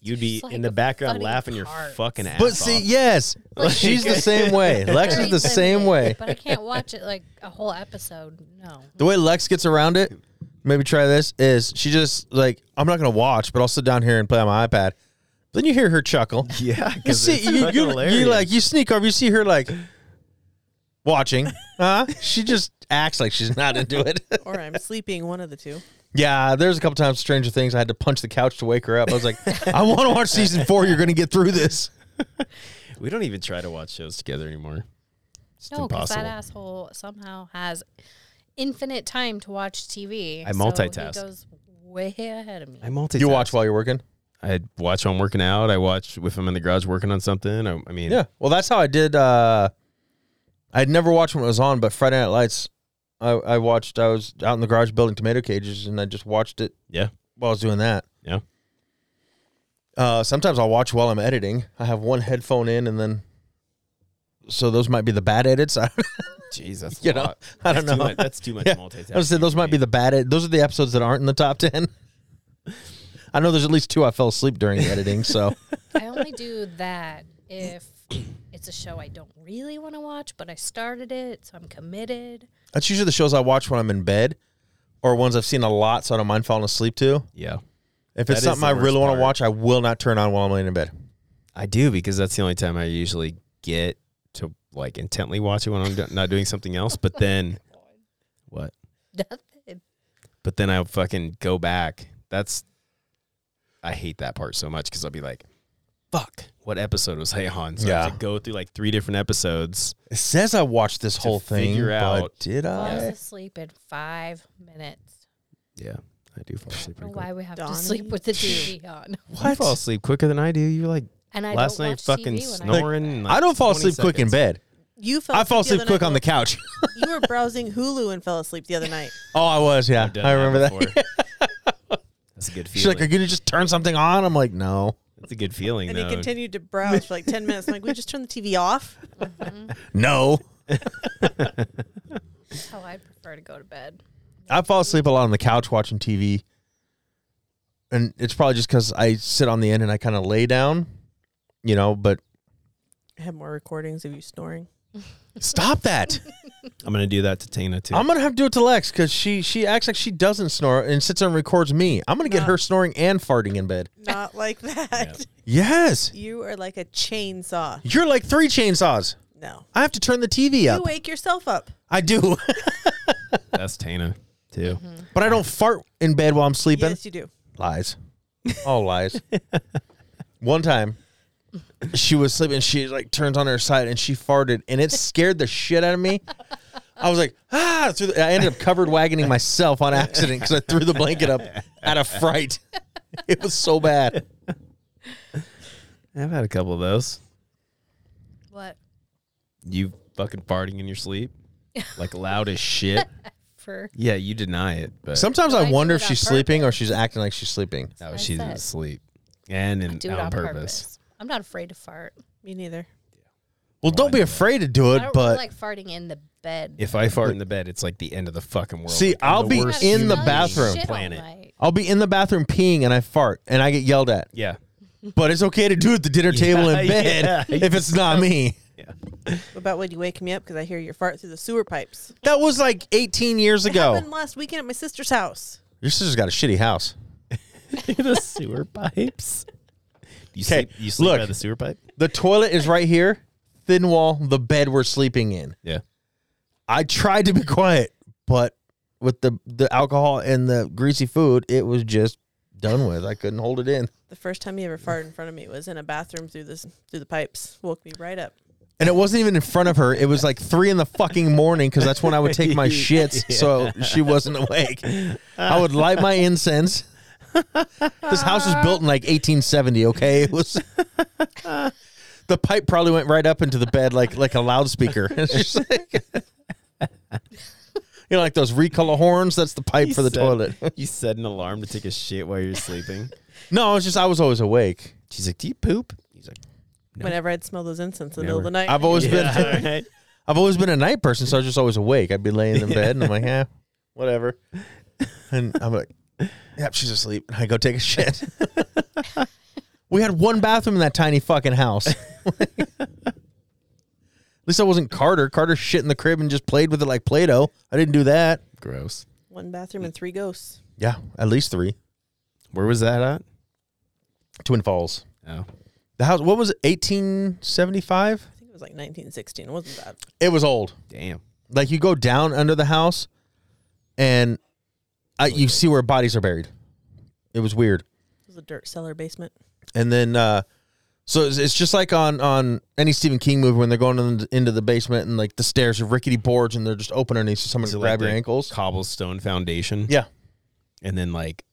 you'd be
Just, like,
in the background
funny
laughing your
parts.
fucking ass
But see,
off.
yes, she's the same way. Lex is the
Very
same
limited,
way.
But I can't watch it like a whole episode. No.
The way Lex gets around it, maybe try this is she just like I'm not gonna watch, but I'll sit down here and play on my iPad. Then you hear her chuckle.
yeah,
You
because
see, you, you, you like you sneak over. You see her like watching, huh? she just acts like she's not into it.
Or I'm sleeping, one of the two.
Yeah, there's a couple times Stranger Things I had to punch the couch to wake her up. I was like, I want to watch season four. You're going to get through this.
we don't even try to watch shows together anymore. It's
no, because
impossible.
that asshole somehow has infinite time to watch TV.
I
so
multitask.
he goes way ahead of me.
I multitask.
You watch while you're working.
I watch on working out. I watch if I'm in the garage working on something. I, I mean,
Yeah. Well, that's how I did. Uh, I'd never watched when it was on, but Friday Night Lights, I, I watched. I was out in the garage building tomato cages, and I just watched it
yeah,
while I was doing that.
yeah.
Uh, sometimes I'll watch while I'm editing. I have one headphone in, and then so those might be the bad edits. I
Jeez, that's
You know, I don't
That's too
know.
much- that's too much
Yeah.
multitasking.
I was saying those
for
might be
me.
the bad. Ed- those are the episodes that aren't in the top ten. I know there's at least two I fell asleep during the editing. So
I only do that if it's a show I don't really want to watch, but I started it, so I'm committed.
that's usually the shows I watch when I'm in bed, or ones I've seen a lot, so I don't mind falling asleep to.
yeah.
If
That
it's
is
something
the
I
worst
really want to
part.
watch, I will not turn on while I'm laying in bed.
I do because that's the only time I usually get to like intently watch it when I'm do- not doing something else. But then what?
Nothing.
But then I fucking go back. That's I hate that part so much because I'll be like, "Fuck, what episode was I on?" So I have
Yeah.
to go through like three different episodes.
It says I watched this whole thing,
figure
but
out-
did
Falls
I?
asleep in five minutes.
Yeah, I do fall asleep.
Or
Pretty
why we have
Donnie?
to sleep with the TV on.
What? You fall asleep quicker than I do. You're like
And I
last
don't
night
watch
fucking
TV when I-
snoring. in,
I don't fall
20
asleep quick in
seconds.
bed.
You fell
I fall
asleep
asleep
the other
quick
night
on the couch.
when- You were browsing Hulu and fell asleep the other night.
oh, I was. Yeah,
I've done
I remember that.
before. That's a good
She's
feeling.
like, "Are you gonna just turn something on?" I'm like, "No,
That's a good feeling.
And
though.
he continued to browse for like 10 minutes. I'm like, we just turn the TV off.
no."
That's how I prefer to go to bed.
I fall asleep a lot on the couch watching TV, and it's probably just because I sit on the end and I kind of lay down, you know. But
I have more recordings of you snoring.
Stop that.
I'm gonna do that to Tana too.
I'm gonna have to do it to Lex because she she acts like she doesn't snore and sits there and records me. I'm gonna get
No.
her snoring and farting in bed.
Not like that.
Yes,
You are like a chainsaw.
you're like three chainsaws.
No.
I have to turn the TV
You
up.
wake yourself up.
I do,
That's Tana too.
Mm-hmm.
but I don't fart in bed while I'm sleeping.
Yes, you do.
Lies, all lies. One time, she was sleeping. She like turns on her side and she farted, and it scared the shit out of me. I was like, ah! Through the, I ended up covered wagoning myself on accident because I threw the blanket up out of fright. It was so bad.
I've had a couple of those.
What
You fucking farting in your sleep, like loud as shit.
for?
Yeah, you deny it, but
Sometimes
Well, I
I
do
wonder
it
if
on
she's sleeping or she's acting like she's sleeping.
no,
I
she's
said.
asleep and in,
Do it
on,
on
purpose.
purpose. I'm not afraid to fart.
Me neither.
Well, don't be afraid to do
I
it,
don't really
but
like farting in the bed.
If I fart in the bed, it's like the end of the fucking world.
See,
Like, I'm
I'll
the
be
worst
in
human
the
being
bathroom.
on the
Shit all
Planet.
night.
I'll be in the bathroom peeing and I fart and I get yelled at.
Yeah,
But it's okay to do it at the dinner table in
Yeah,
bed
yeah.
if it's not me.
What about when you wake me up because I hear your fart through the sewer pipes?
That was like 18 years
It
ago.
happened last weekend at my sister's house.
Your sister's got a shitty house.
the sewer pipes. You
'Kay,
sleep, you sleep
look.
by the sewer pipe?
The toilet is right here, thin wall, the bed we're sleeping in.
Yeah.
I tried to be quiet, but with the, the alcohol and the greasy food, it was just done with. I couldn't hold it in.
The first time he ever farted in front of me was in a bathroom through this through the pipes. Woke me right up.
And it wasn't even in front of her. It was like three in the fucking morning because that's when I would take my shits. So she wasn't awake. I would light my incense. This house was built in like 1870. Okay, it was. The pipe probably went right up into the bed like like a loudspeaker. It's just like- you know, like those recolor horns. That's the pipe for the toilet.
you set an alarm to take a shit while you're sleeping.
No, it's just I was always awake.
She's like, "Do you poop?" He's like,
Whenever I'd smell those incense in the middle of the night,
I've always been
"Yeah, all right."
I've always been a night person, so I was just always awake. I'd be laying in bed and I'm like, yeah, whatever. And I'm like, yep, she's asleep. And I go take a shit. we had one bathroom in that tiny fucking house. At least I wasn't Carter. Carter shit in the crib and just played with it like Play Doh. I didn't do that.
Gross.
one bathroom and three ghosts.
Yeah, at least three.
Where was that at?
Twin Falls.
Oh,
The house, what was it, 1875?
I think it was like 1916. It wasn't that.
It was old.
damn.
Like you go down under the house and I, you see where bodies are buried. It was weird.
It was a dirt cellar basement.
and then uh so it's, it's just like on on any Stephen King movie when they're going in, into the basement and like the stairs are rickety boards and they're just open underneath so someone
Is it
can
like
grab your
the
ankles.
Cobblestone foundation.
Yeah.
and then like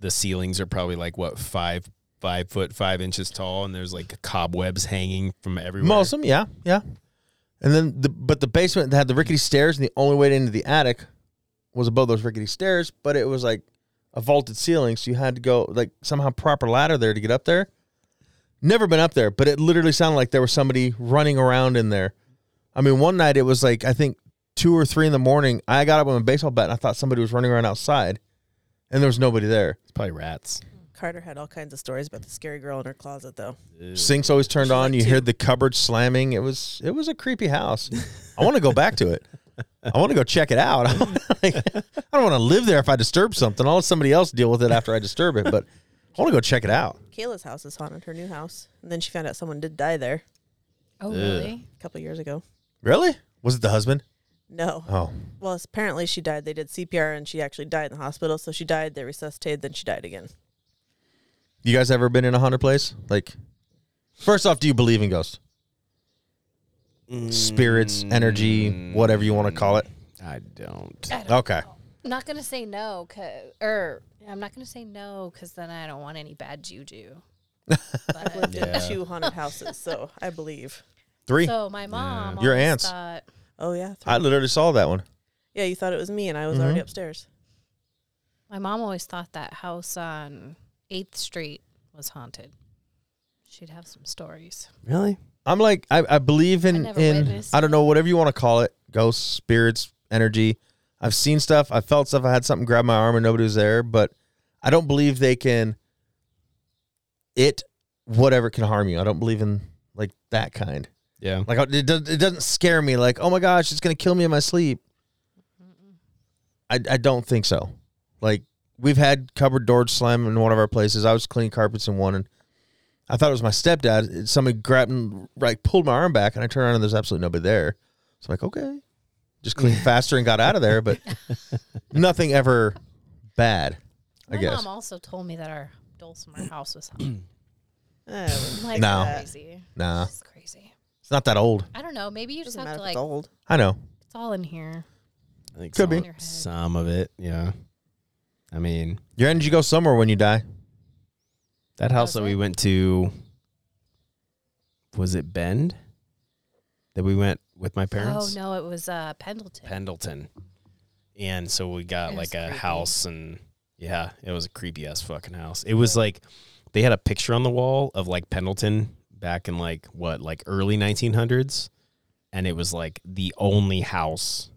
the ceilings are probably like what five five foot five inches tall, and there's like cobwebs hanging from everywhere.
Most of them, yeah, yeah. And then the but the basement that had the rickety stairs and the only way into the attic was above those rickety stairs, but it was like a vaulted ceiling, so you had to go like somehow proper ladder there to get up there. Never been up there, but it literally sounded like there was somebody running around in there. I mean, one night it was like I think two or three in the morning. I got up with a baseball bat and I thought somebody was running around outside, and there was nobody there.
it's probably rats.
Carter had all kinds of stories about the scary girl in her closet, though.
Sinks always turned
She's
on.
like
you
two.
heard the cupboard slamming. It was it was a creepy house. I want to go back to it. I want to go check it out. Like, I don't want to live there if I disturb something. I'll let somebody else deal with it after I disturb it. But I want to go check it out.
Kayla's house is haunted, her new house. And then she found out someone did die there
Oh really?
a couple years ago.
Really? Was it the husband?
No.
Oh,
Well, apparently she died. They did CPR and she actually died in the hospital. So she died, they resuscitated, then she died again.
you guys ever been in a haunted place? Like, first off, do you believe in ghosts, spirits, energy, whatever you want to call it?
I don't.
Mm.
Okay.
I'm not gonna say no, 'cause- or I'm not gonna say no because then I don't want any bad juju. But,
Uh, Yeah.
Two haunted houses. So I believe.
Three.
so my mom,
Your
always
aunts.
thought,
Oh, yeah.
I literally saw that one.
Yeah, you thought it was me and I was
Mm-hmm.
already upstairs.
my mom always thought that house on Eighth Street was haunted. She'd have some stories.
Really?
I'm like I, I believe in
never
in
witnessed
I don't know whatever you want to call it ghosts spirits energy. I've seen stuff. I felt stuff. I had something grab my arm and nobody was there. But I don't believe they can. It whatever can harm you. I don't believe in like that kind.
Yeah.
Like it, does, it doesn't scare me. Like oh my gosh, it's gonna kill me in my sleep. I I don't think so. Like we've had cupboard doors slam in one of our places. I was cleaning carpets in one, and I thought it was my stepdad. Somebody grabbed and like pulled my arm back, and I turned around and there's absolutely nobody there. So I'm like okay, just cleaned faster and got out of there, but nothing ever bad. I
My
guess.
mom also told me that our Dulcimer house was haunted.
Eh, well,
I'm like,
No.
crazy.
Nah,
It's crazy.
it's not that old.
I don't know. Maybe you just
doesn't
have
matter
to
if it's
like.
old.
I know.
It's all in here.
I think
Could be.
some, some of it. Yeah. I mean,
Your energy goes somewhere when you die.
that house
Does
that we
it?
went to was it Bend? That we went with my parents?
Oh no, it was uh, Pendleton.
Pendleton. And so we got
It
like
was
a
creepy.
house and yeah, it was a creepy ass fucking house. It was like they had a picture on the wall of like Pendleton back in like what, like early 1900s and it was like the only house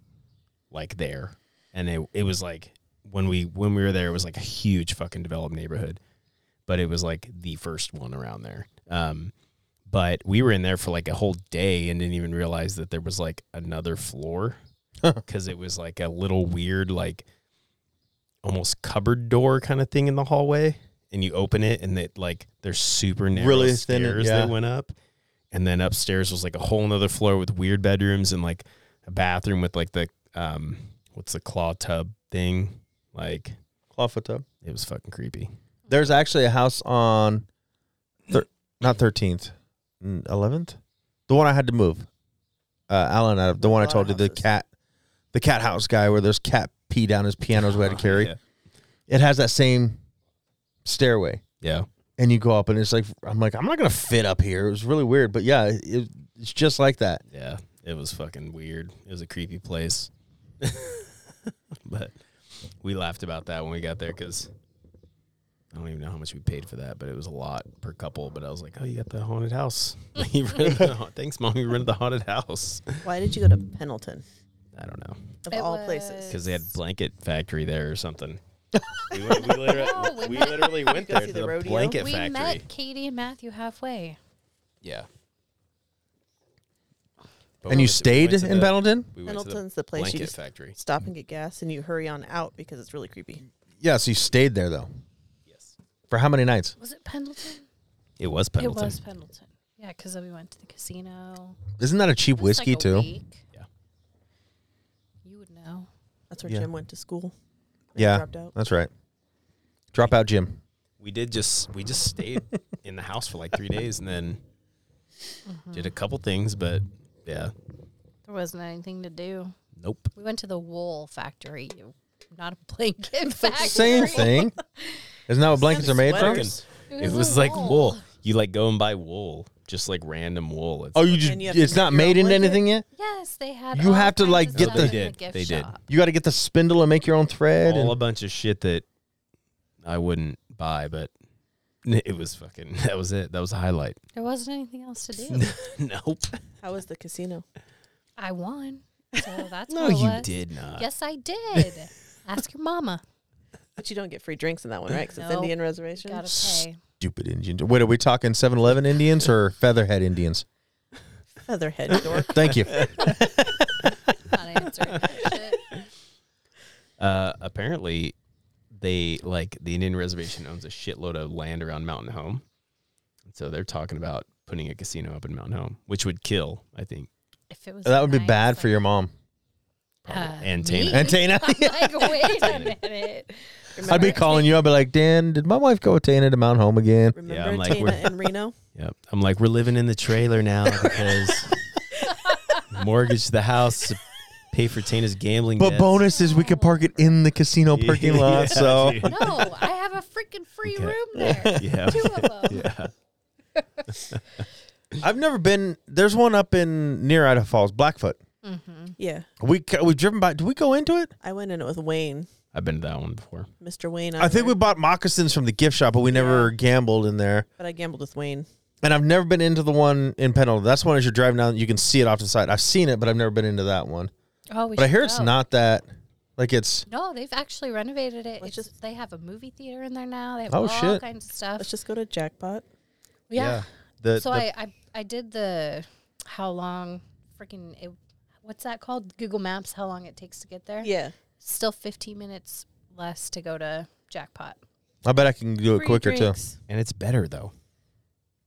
like there. And it it was like when we when we were there it was like a huge fucking developed neighborhood. But it was like the first one around there. Um but we were in there for like a whole day and didn't even realize that there was like another floor because it was like a little weird, like almost cupboard door kind of thing in the hallway. And you open it, and it like there's super narrow
Really thin,
stairs
yeah.
that went up, and then upstairs was like a whole another floor with weird bedrooms and like a bathroom with like the um what's the claw tub thing. Like
Clawfoot tub.
it was fucking creepy.
There's actually a house on, thir- not thirteenth, eleventh, the one I had to move. Uh, Alan, out of the one I
lot
told you,
of
the
houses.
cat, the cat house guy, where there's cat pee down his pianos we had to carry.
Yeah.
It has that same stairway,
yeah.
and you go up, and it's like I'm like I'm not gonna fit up here. It was really weird, but yeah, it, it's just like that.
Yeah, it was fucking weird. It was a creepy place. but we laughed about that when we got there because I don't even know how much we paid for that, but it was a lot per couple. But I was like, oh, you got the haunted house. You rented the hau- Thanks, mom. You rented the haunted house.
Why did you go to Pendleton
I don't know.
of
It
all
was-
places?
Because they had blanket factory there or something. we, went- we literally,
No, we
we
met-
literally went
go see
there to
the
the,
rodeo?
blanket
we
factory.
met Katie and Matthew halfway.
Yeah.
and you stayed in
Pendleton.
Pendleton.
We went to the
Pendleton's the place you
blanket
just
factory.
stop and get gas, and you hurry on out because it's really creepy.
Yeah, so you stayed there though.
Yes.
For how many nights?
Was it Pendleton?
It was Pendleton.
It was Pendleton. Yeah, because then we went to the casino.
Isn't that a cheap
It was
whiskey
like a
too?
week.
Yeah.
You would know.
That's where
Yeah.
Jim went to school. and he
Yeah,
dropped out.
that's right. Drop out, Jim.
we did just we just stayed in the house for like three days and then did a couple things, but yeah,
There wasn't anything to do.
nope.
We went to the wool factory, you- not a blanket factory.
Same thing. Isn't that what blankets are made from?
Fucking-
It
it
was a
was like
wool.
wool. You like go and buy wool, just like random wool. It's,
Oh, you just
And you have to
it's
make
not
your own
made into
blanket?
anything yet.
Yes, they had.
You
all
have to,
kinds
like,
of
get
stuff
the-
in
They did.
gift
They did.
shop.
You got to get the spindle and make your own thread.
all a
And,
bunch of shit that I wouldn't buy, but it was fucking. That was it. That was a highlight.
There wasn't anything else to do.
nope.
How was the casino?
I won, so that's
No,
what it
you
was.
did not.
Yes, I did. Ask your mama.
But you don't get free drinks in that one, right? Because it's
No.
Indian
You
reservation.
gotta pay.
Stupid Indians. Wait, are we talking 7-Eleven Indians or Featherhead Indians?
Featherhead dork.
Thank you.
Not answering that shit.
Uh, apparently, they like the Indian reservation owns a shitload of land around Mountain Home, so they're talking about putting a casino up in Mountain Home, which would kill, I think,
If it was
that would be
nice,
bad for
like,
your mom.
Uh,
and
me?
Tana.
And Tana.
like, wait a minute.
I'd be calling you. I'd be like, Dan, did my wife go with Tana to Mount Home again?
Remember
I'm like,
Tana
we're-
and Reno?
Yep. I'm like, we're living in the trailer now because mortgage the house, to pay for Tana's gambling.
But
debts.
bonus is we could park it in the casino parking lot.
Yeah,
so
dude.
No, I have a freaking free
Okay.
room there.
yeah,
Two of them.
yeah.
I've never been. There's one up in near Idaho Falls, Blackfoot.
Yeah.
We ca- we driven by. Did we go into it?
I went in it with Wayne,
I've been to that one before.
Mr. Wayne.
I think we bought moccasins from the gift shop, but we never gambled in there.
But I gambled with Wayne.
And I've never been into the one in Pendleton. That's one as you're driving down, you can see it off to the side. I've seen it, but I've never been into that one.
Oh, we
But I
should
hear it's
go.
not that. Like it's
No, they've actually renovated it.
Let's
It's just they have a movie theater in there now. They have
Oh,
all
shit.
kinds of stuff.
Let's just go to Jackpot.
yeah.
The,
So
the-
I, I I did the how long freaking it, what's that called? Google Maps, how long it takes to get there.
Yeah.
Still 15 minutes less to go to jackpot.
I bet I can do it quicker too.
And it's better though.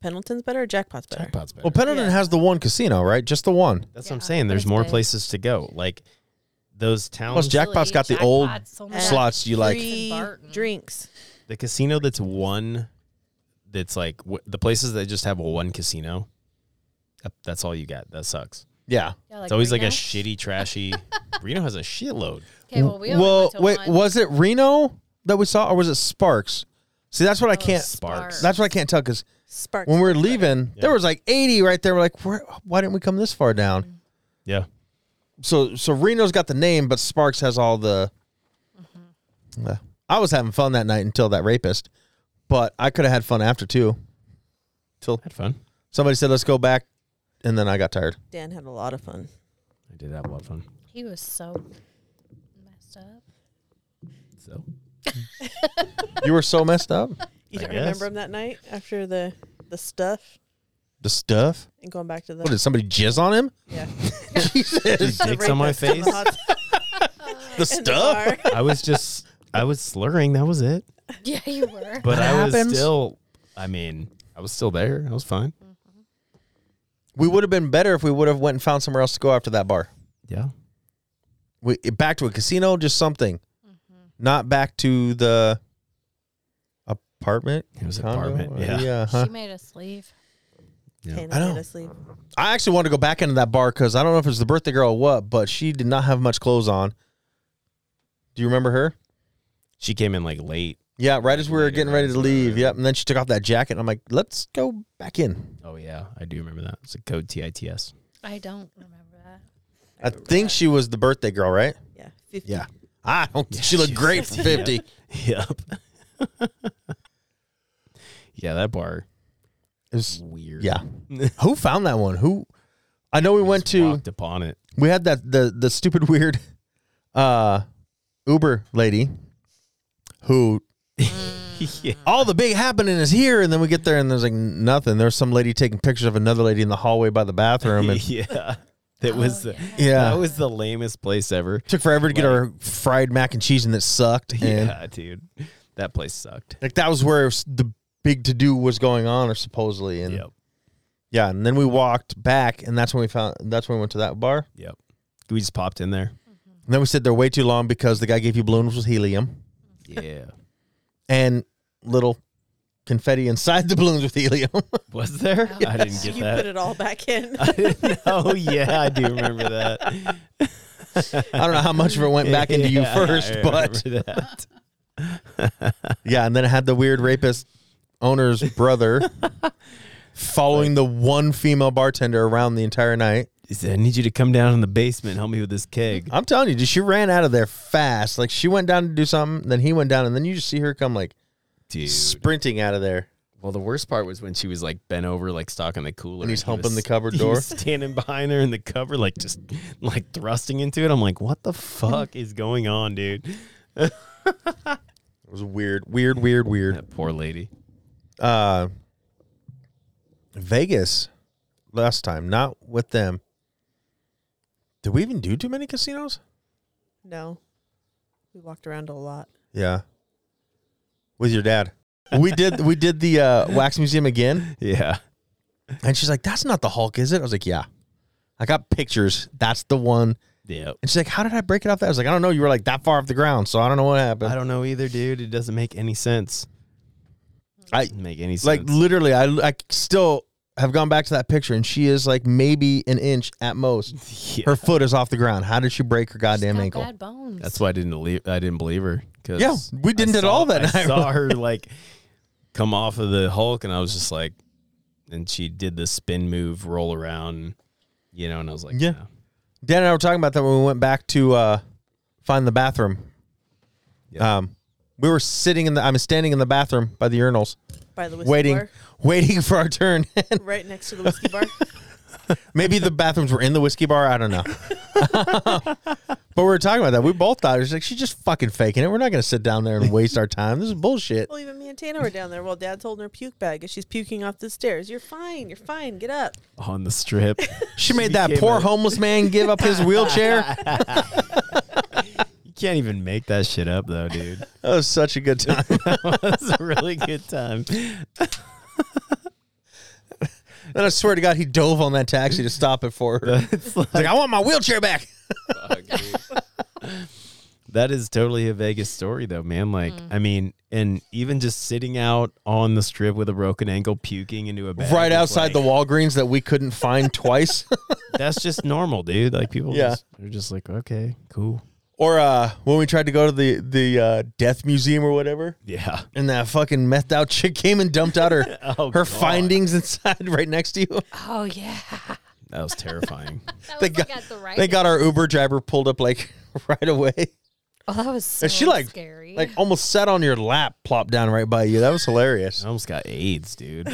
Pendleton's better or Jackpot's better?
Jackpot's better.
Well, Pendleton
Yeah.
has the one casino, right? Just the one.
That's
Yeah,
what I'm saying.
but
There's
it's
more
big.
places to go. Like those towns,
Plus, Jackpot's got the old
Yeah.
slots you like.
Free
Barton.
drinks.
the casino that's one, that's like w- the places that just have one casino. that- That's all you got. That sucks.
Yeah.
it's always like a shitty, trashy. Reno has a shitload.
Okay, well, we only
well,
went to
wait,
one.
was it Reno that we saw, or was it Sparks? See, that's what I
Oh,
can't.
Sparks.
That's what I can't tell because
Sparks.
when we were leaving,
Yeah.
there was like 80 right there. We're like, Where, why didn't we come this far down?
Yeah.
So, so Reno's got the name, but Sparks has all the.
Mm-hmm.
Yeah. I was having fun that night until that rapist, but I could have had fun after too. Till
Had fun.
somebody said, "Let's go back," and then I got tired.
Dan had a lot of fun.
I did have a lot of fun.
He was so messed up.
So
You were so messed up.
You
I
didn't
guess.
remember him that night after the the stuff
The stuff.
and going back to the
What did somebody jizz on him?
yeah
Jesus.
Did dicks on my
rapist in
face.
the hot-
The
in the bar.
I was just, I was slurring. That was it.
Yeah, you were.
But
That
I
happens.
was still. I mean, I was still there. I was fine.
We would have been better if we would have went and found somewhere else to go after that bar.
Yeah.
We eh, back to a casino, just something,
Mm-hmm.
not back to the apartment.
It was an
condo,
apartment,
or-
yeah.
huh.
She made us leave.
Pain
I
I
know.
made us leave.
I actually wanted to go back into that bar because I don't know if it was the birthday girl or what, but she did not have much clothes on. Do you remember her?
She came in like late.
Yeah, right as we were
Later,
getting ready to
right.
leave. Yep, and then she took off that jacket, and I'm like, "Let's go back in."
Oh yeah, I do remember that. It's a code TITS.
I don't remember that.
I think she was the birthday girl, right?
Yeah, 50.
Yeah, I don't.
Yeah,
she looked
she was
great for
50,
fifty.
Yep. yeah, that bar
It was
weird.
yeah. Who found that one? Who? I know we went
Just
to.
walked upon it.
we had that the the stupid weird uh Uber lady who
yeah.
all the big happening is here and then we get there and there's like nothing. There's some lady taking pictures of another lady in the hallway by the bathroom and
yeah. That was the
Oh, yeah.
that was the lamest place ever.
Took forever to get our fried mac and cheese and it sucked. And
Yeah, dude. That place sucked.
like that was where s- the big to do was going on or supposedly and
Yep.
yeah, and then we walked back and that's when we found that's when we went to that bar.
Yep. We just popped in there.
And then we sat there way too long because the guy gave you balloons with helium
Yeah.
and little confetti inside the balloons with helium.
was there? I didn't get
You
that.
put it all back in.
I didn't know. Yeah, I do remember that.
I don't know how much of it went back into you
Yeah,
first,
I
but
remember that.
yeah, and then it had the weird rapist owner's brother following the one female bartender around the entire night.
He said, I need you to come down in the basement and help me with this keg.
I'm telling you, dude, she ran out of there fast. Like she went down to do something, then he went down, and then you just see her come like
Dude.
sprinting out of there.
Well, the worst part was when she was like bent over, like stocking the cooler.
And he's
he was-
humping the cupboard
he
door.
was standing behind her in the cover, like just like thrusting into it. I'm like, what the fuck is going on, dude?
It was weird, weird, weird, weird.
That poor lady.
Uh, Vegas last time, not with them. Did we even do too many casinos?
no. We walked around a lot.
Yeah. With your dad. We did we did the uh, wax museum again
Yeah.
and she's like, That's not the Hulk, is it? I was like, Yeah. I got pictures. That's the one.
Yeah.
And she's like, How did I break it off that? I was like, I don't know. You were like that far off the ground, so I don't know what
I
happened.
don't know either, dude. It doesn't make any sense.
I-
Doesn't make any
Like
sense.
literally, I I still have gone back to that picture and she is like maybe an inch at most.
yeah.
Her foot is off the ground. How did she break her
She's
goddamn
got
ankle?
Bad bones.
That's why I didn't believe. I didn't believe her. 'cause
Yeah, we
I
didn't at
saw-
all that
I
night.
saw her like come off of the Hulk, and I was just like, and she did the spin move, roll around, you know, and I was like,
Yeah.
no.
Dan and I were talking about that when we went back to uh, find the bathroom.
Yeah.
Um, we were sitting in the, I'm standing in the bathroom by the urinals,
By the whiskey
waiting,
bar.
waiting for our turn. And
Right next to the whiskey bar.
Maybe the bathrooms were in the whiskey bar. I don't know. but we were talking about that. We both thought it was like she's just fucking faking it. We're not going to sit down there and waste our time. This is bullshit.
Well, even me and and Tana were down there while Dad's holding her puke bag as she's puking off the stairs. You're fine. You're fine. Get up.
on the strip.
She made that poor
home.
homeless man give up his wheelchair.
You can't even make that shit up though, dude.
That was such a good time.
that was a really good time.
And I swear to God, he dove on that taxi to stop it for her.
It's like-
He's like, I want my wheelchair back.
that is totally a Vegas story though, man. Like,
Hmm.
I mean, and even just sitting out on the strip with a broken ankle, puking into a bag,
right
it's like,
outside the Walgreens that we couldn't find twice.
That's just normal, dude. Like people,
Yeah.
just, they're just like, okay, cool,
or uh, when we tried to go to the the uh, death museum or whatever,
yeah.
and that fucking methed out chick came and dumped out her
Oh,
her
God.
findings inside right next to you.
Oh yeah.
That was terrifying.
That
They
was
got-
like at the right.
They got our Uber driver pulled up like right away.
Oh, that was so
And she like
scary.
like almost sat on your lap, plopped down right by you. That was hilarious.
I almost got AIDS, dude.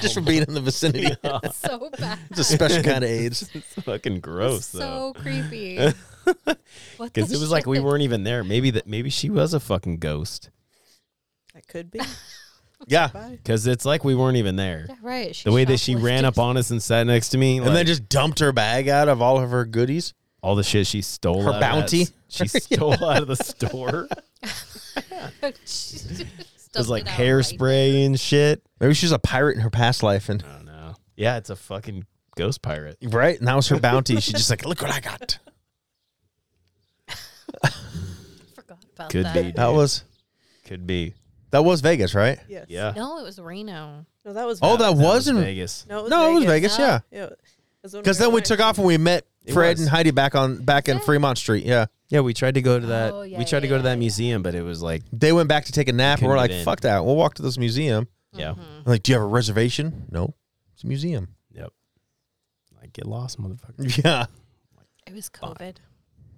Just for being in the vicinity.
so bad.
It's a special kind of AIDS.
It's fucking gross though.
so creepy. What the
Because it was like we
shit?
weren't even there. Maybe that. Maybe she was a fucking ghost.
That could be.
Yeah.
Bye.
Because it's like we weren't even there.
Yeah, right.
The way that she ran
shoplifted.
up on us and sat next to me,
And then just dumped her bag out of all of her goodies.
Oh,
all the shit she stole,
Her
out of
bounty.
that- she stole out of the store. It
She just
was
stuffed
like
it out
hairspray and shit.
Maybe she's a pirate in her past life and
I don't know. Yeah, it's a fucking ghost pirate.
right? And that was her bounty. She's just like, look what I got.
I forgot about
Could
that.
be. Dude.
That was
Could be.
that was Vegas, right?
Yes.
Yeah.
No, it was Reno.
No, that was.
Oh, that, was,
in
in
Vegas.
No, it was
No, it was
Vegas.
Vegas, yeah.
Yeah. That's when
Because then
were
we
like-
took off and we met
It
Fred
was.
and Heidi back on back in Fremont Street. Yeah.
Yeah, we tried to go to that.
Oh, yeah,
we tried to
yeah,
go to
yeah,
that
yeah.
museum, but it was like,
They went back to take a nap and
Couldn't
we're
get
like,
in.
fuck that. We'll walk to this museum.
yeah,
Mm-hmm.
I'm like, do you have a reservation? No. It's a museum.
yep. Like get lost, motherfucker.
Yeah.
It was COVID.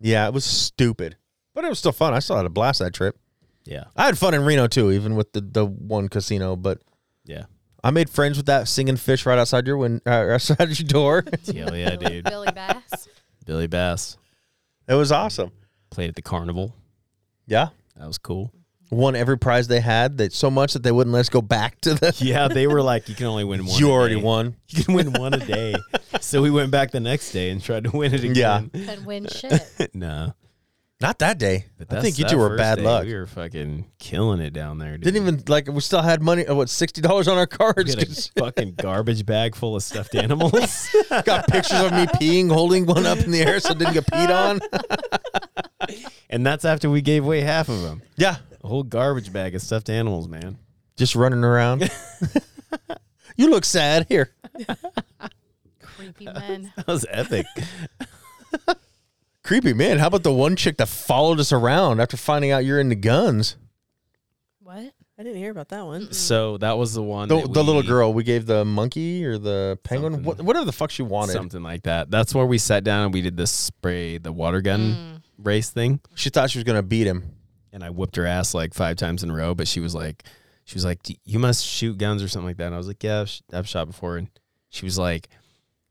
Yeah, it was stupid. But it was still fun. I still had a blast that trip.
Yeah,
I had fun in Reno too, even with the, the one casino, but
yeah,
I made friends with that singing fish right outside your win- uh, outside your door.
hell yeah, dude.
Billy Bass.
Billy Bass
it was awesome.
played at the carnival.
Yeah.
That was cool.
Won every prize they had that so much that they wouldn't let us go back to the
Yeah, they were like, you can only win one.
You
a
already
day."
won.
You can win one a day. so we went back the next day and tried to win it again.
Could win shit.
no,
Not that day.
but
I
that's-
think you
that
two were
first
bad
day,
luck.
We were fucking killing it down there. Dude.
Didn't even like we still had money. uh, What sixty dollars on our
We
cards?
had a
'cause
fucking garbage bag full of stuffed animals.
got pictures of me peeing, holding one up in the air, so it didn't get peed on.
and that's after we gave away half of them.
Yeah,
A whole garbage bag of stuffed animals, man.
just running around. you look sad here.
Creepy men.
That was epic.
Creepy man. How about the one chick that followed us around after finding out you're into guns?
What?
I didn't hear about that one.
so that was the one.
The,
that
the little
we-
girl we gave the monkey or the penguin,
Something.
what, whatever the fuck she wanted.
Something like that. That's where we sat down and we did the spray, the water gun race thing.
She thought she was gonna beat him.
and I whipped her ass like five times in a row. But she was like, she was like, "D- you must shoot guns or something like that. And I was like, yeah, I've, sh- I've shot before. And she was like,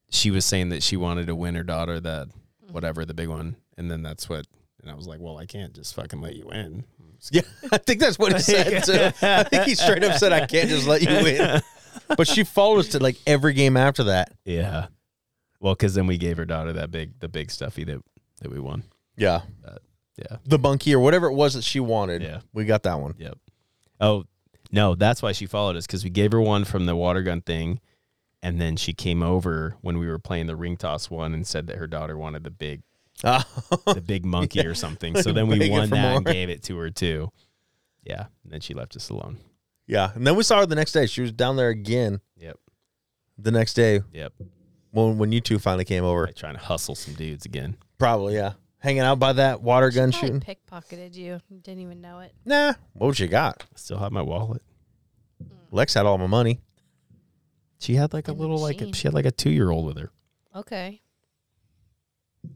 she was saying that she wanted to win her daughter that whatever the big one. And then that's what. And I was like, well, I can't just fucking let you win.
Yeah, I think that's what he said. Too. I think he straight up said, "I can't just let you win." But she followed us to like every game after that.
Yeah. Well, because then we gave her daughter that big, the big stuffy that that we won.
Yeah.
Uh, yeah.
The monkey or whatever it was that she wanted.
Yeah.
We got that one.
Yep. Oh no, that's why she followed us because we gave her one from the water gun thing, and then she came over when we were playing the ring toss one and said that her daughter wanted the big
Ah,
the big monkey or something. So then we
Begging
won
for
that and
more.
gave it to her too. Yeah. And then she left us alone.
yeah. And then we saw her the next day. She was down there again
Yep.
the next day
Yep.
when when you two finally came over.
Like trying to hustle some dudes again.
Probably, yeah. Hanging out by that water gun
Probably
shooting.
pickpocketed you. and Didn't even know it.
Nah. What would you got?
I still have my wallet.
Lex had all my money.
She had like a
In the
little like a,
machine.
she had like a two year old with her.
Okay. What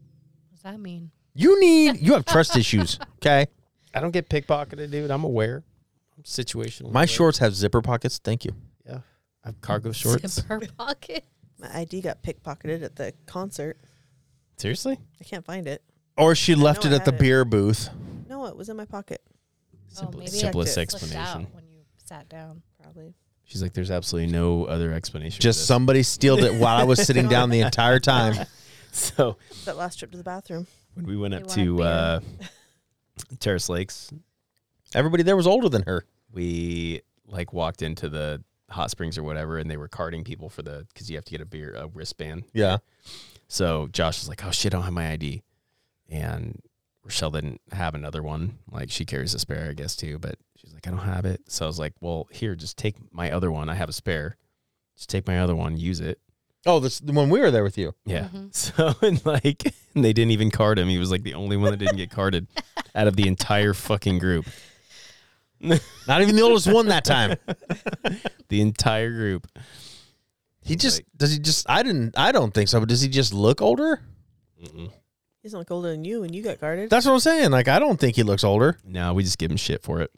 does that mean?
You need you have trust issues. Okay.
I don't get pickpocketed, dude. I'm aware. I'm situational.
My
aware.
shorts have zipper pockets. Thank you.
Yeah. I have cargo shorts.
Zipper pocket.
My ID got pickpocketed at the concert.
Seriously? Oh,
I can't find it.
Or she left
know
it
I
at the
had it.
beer booth.
No, it was in my pocket.
Simple,
Oh, maybe I
simplest
just
Slipped
explanation.
out when you sat down, probably.
She's like, there's absolutely no other explanation. for
Just
this."
somebody stealed it while I was sitting down the entire time.
So
That last trip to the bathroom.
when we went
They
up
want a
to
beer.
uh, Terrace Lakes,
Everybody there was older than her.
we like walked into the hot springs or whatever, and they were carding people for the because you have to get a beer a wristband.
Yeah.
So Josh was like, "Oh shit, I don't have my ID," and Rochelle didn't have another one. Like she carries a spare, I guess too, but she's like, "I don't have it." So I was like, "Well, here, just take my other one. I have a spare. Just take my other one, use it."
Oh, this when we were there with you.
Yeah.
Mhm.
So and like and they didn't even card him. He was like the only one that didn't get carded out of the entire fucking group.
Not even the oldest one that time.
The entire group.
He just does he just I didn't I don't think so, but does he just look older?
Mm-mm.
He's not older than you, and you got guarded.
That's what I'm saying. Like I don't think he looks older.
No, we just give him shit for it.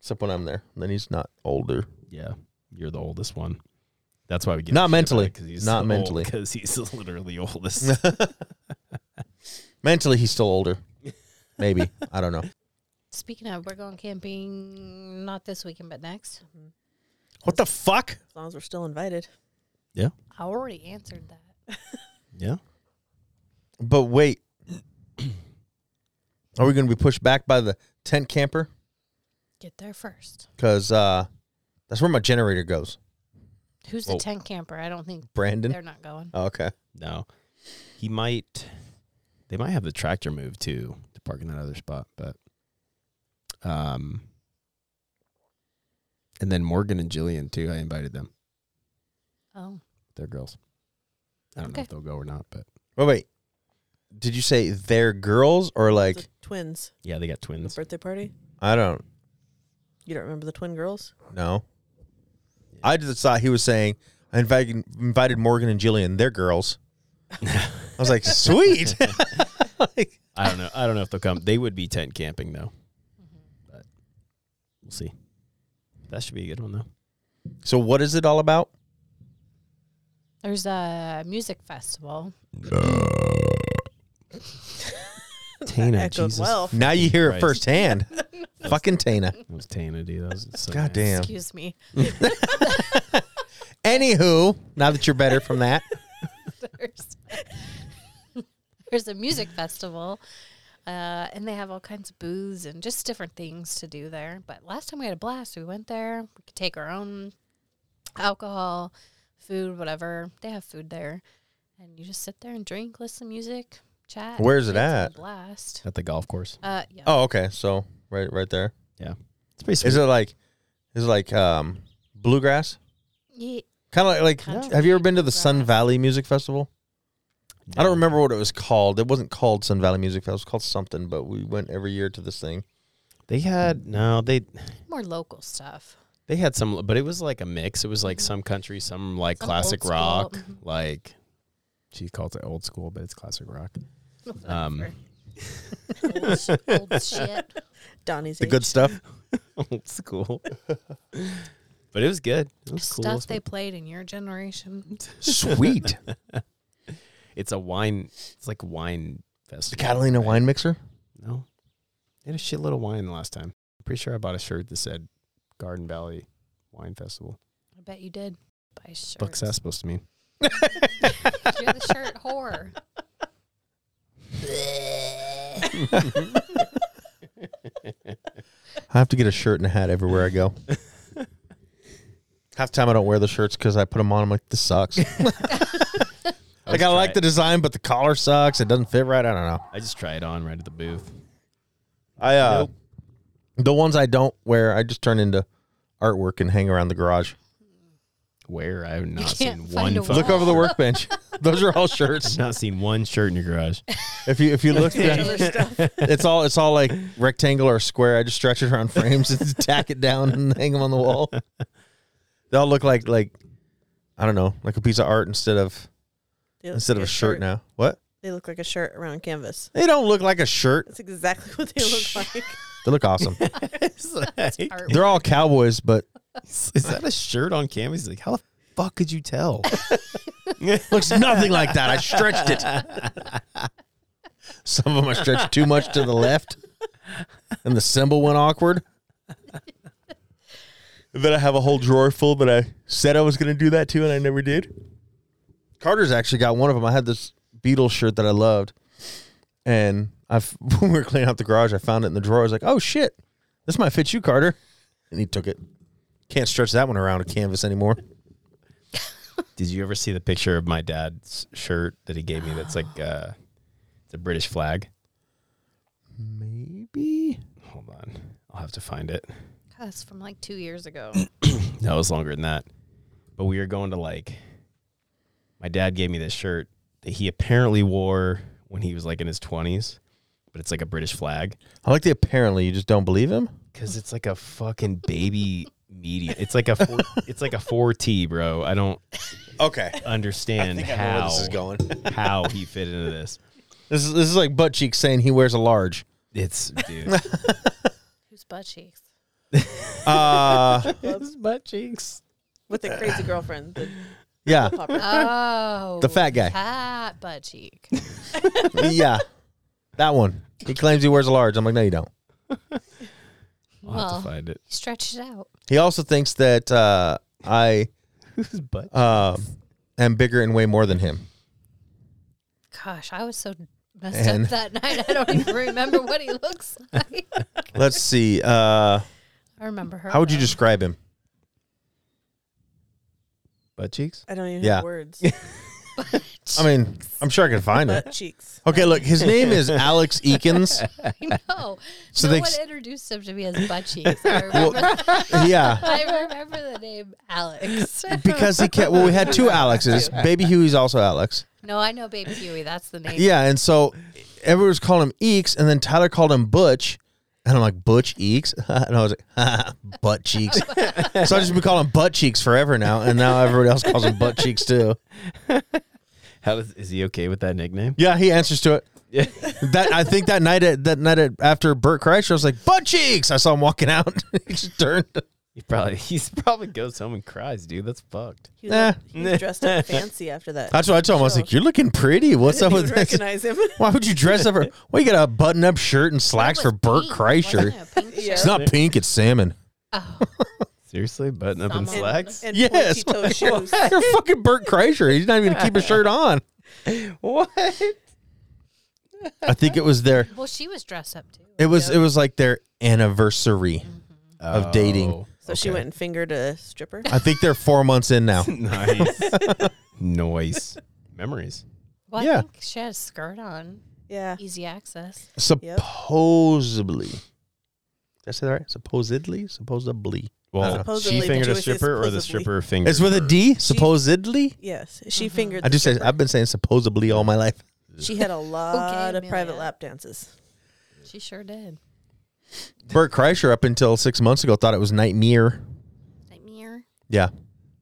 Except when I'm there. Then he's not older.
Yeah. You're the oldest one. That's why we get
Not mentally. Not mentally.
because he's literally oldest.
Mentally he's still older. Maybe. I don't know.
Speaking of, we're going camping not this weekend, but next.
What the fuck?
As long as we're still invited.
I already answered that.
yeah.
But wait. Are we gonna be pushed back by the tent camper?
Get there first.
Cause uh that's where my generator goes.
Who's
Well-
the tent camper? I don't think
Brandon.
they're not going.
Oh, okay.
No. He might they might have the tractor move too to park in that other spot, but um and then Morgan and Jillian too. I invited them.
Oh,
They're girls. I don't know
Okay.
if they'll go or not, but
Wait, wait. Did you say they're girls or
the
like
twins.
yeah, they got
The
twins.
birthday party.
I don't
You don't remember the twin girls?
know. I just thought he was saying I invited invited Morgan and Jillian. They're girls. I was like, sweet. Like,
I don't know. I don't know if they'll come. They would be tent camping though. But we'll see. That should be a good one though.
so what is it all about?
there's a music festival.
Tana,
echoed
Jesus.
well.
Now you hear it
Christ.
firsthand. Fucking Tana.
That was Tana, dude. That was so
God
nice.
damn.
Excuse me.
Anywho, now that you're better from that,
there's, there's a music festival, uh, and they have all kinds of booths and just different things to do there. But last time we had a blast. We went there. We could take our own alcohol, food, whatever. They have food there, and you just sit there and drink, listen to music, chat.
Where's it
It's a
at?
blast.
At the golf course.
Uh, yeah.
Oh, okay. So right right there.
It's pretty
Is it like is it like um bluegrass?
Ye-
Kind of like, like
Country
have you ever been to the Sun
bluegrass.
Valley Music Festival? I don't remember what it was called. It wasn't called Sun Valley Music Festival. It was called something, but we went every year to this thing.
They had no, they
more local stuff.
They had some, but it was like a mix. It was like some country, some like
Mm-hmm. Some
classic
old school,
rock.
mhm.
Like she calls it old school, but it's classic rock. Um,
old, sh- old shit.
Donnie's
The
age.
good stuff.
old school. but it was good. It was cool.
Stuff they played in your generation.
Sweet.
it's a wine. It's like wine festival.
The Catalina
right?
wine mixer.
No, they had a shitload of wine last time. I'm pretty sure I bought a shirt that said Garden Valley Wine Festival.
I bet you did. Buy shirts.
Fuck's that supposed to mean?
You're the shirt whore.
I have to get a shirt and a hat everywhere I go. Half the time I don't wear the shirts because I put them on. I'm like, this sucks. like I like the design, but the collar sucks. It doesn't fit right. I don't know.
I just try it on right at the booth.
I uh, the ones I don't wear, I just turn into artwork and hang around the garage.
Where I have not
can't
seen
find
one.
a
fucking-
Look over the workbench. Those are all shirts.
Not seen one shirt in your garage.
If you if you look, it's all it's all like rectangular or square. I just stretch it around frames and tack it down and hang them on the wall. They all look like like I don't know, like a piece of art instead of
They look
instead
like
of a shirt now. What?
They look like a shirt around canvas.
They don't look like a shirt.
That's exactly what they look like.
They look awesome.
It's like-
Art-
They're all cowboys, but
is that a shirt on canvas? He's like, how the fuck could you tell?
looks nothing like that. I stretched it. Some of them I stretched too much to the left. and the symbol went awkward. And then I have a whole drawer full, but I said I was going to do that too, and I never did. Carter's actually got one of them. I had this Beatles shirt that I loved, and I f- when we were cleaning out the garage, I found it in the drawer. I was like, "Oh shit, this might fit you, Carter," and he took it. Can't stretch that one around a canvas anymore.
Did you ever see the picture of my dad's shirt that he gave me? That's like uh, it's a British flag.
Maybe
Hold on, I'll have to find it.
That's from like two years ago.
No, it was longer than that. But we were going to like. My dad gave me this shirt that he apparently wore when he was like in his twenties, but it's like a British flag.
I like the apparently you just don't believe him.
Cause it's like a fucking baby medium. It's like a four, it's like a four T, bro. I don't
Okay,
understand how
going.
how he fit into this.
This is this is like butt cheek saying he wears a large.
It's dude,
Who's butt cheeks?
Uh
his butt cheeks.
with the crazy girlfriend. The
yeah,
popper.
Oh,
The fat guy.
Fat butt cheek.
yeah, that one. He claims he wears a large. I'm like, no, you don't.
I'll
Well.
have to find it.
You stretch it out.
He also thinks that uh, I
Who's butt?
um, am bigger and weigh more than him.
Gosh, I was so messed
And-
up that night. I don't even remember what he looks like.
Let's see. Uh,
I remember her.
how would you
though.
describe him?
butt cheeks?
I don't even
Yeah.
have words.
I mean, I'm sure I can find him.
Butt cheeks.
Okay, look, his name is Alex Eakins.
No,
So
no
they-
one introduced him to me as butt cheeks. I remember,
Yeah,
I remember the name Alex.
because he kept. Well, we had two Alexes. Baby Huey's also Alex.
no, I know Baby Huey. That's the name.
Yeah, and so everyone was calling him Eeks, and then Tyler called him Butch, and I'm like Butch Eeks, and I was like "Ha, Butt Cheeks. so I just been calling him Butt Cheeks forever now, and now everybody else calls him Butt Cheeks too.
How is, is he okay with that nickname?
Yeah, he answers to it.
Yeah.
That I think that night at that night at, after Burt Kreischer, I was like Butt Cheeks. I saw him walking out. he just turned.
He probably he's probably goes home and cries, dude. That's fucked.
He was,
Eh.
he was dressed up fancy after that.
That's what I told him. I was like, "You're looking pretty. What's
I
up
didn't
with
even recognize
this?
him.
Why would you dress up? For, why you got a button-up shirt and slacks for Burt Kreischer?
Yeah.
It's not pink. It's salmon."
Seriously, button up in
Someone-
slacks.
And
Yes.
pointy toe shoes.
You're fucking Burt Kreischer. He's not even gonna keep a shirt on.
What?
I think it was their
Well, she was dressed up too.
it was it was like their anniversary. Of dating.
Oh,
So she
okay.
went and fingered a stripper.
I think they're four months in now.
Nice, nice memories.
Well,
Yeah.
I think she had a skirt on.
Yeah.
Easy access.
Supposedly. Did I say that right? Supposedly? Supposedly.
Well,
Supposedly
she
the
fingered a
Jewish is
stripper, or the
supposedly-
stripper fingered.
It's with a
her?
D? Supposedly?
Yes. She fingered
I
the
just say
stripper.
I've been saying supposedly all my life.
She had a lot of private
Amelia.
lap dances.
She sure did.
Bert Kreischer up until six months ago thought it was nightmare.
Nightmare.
Yeah.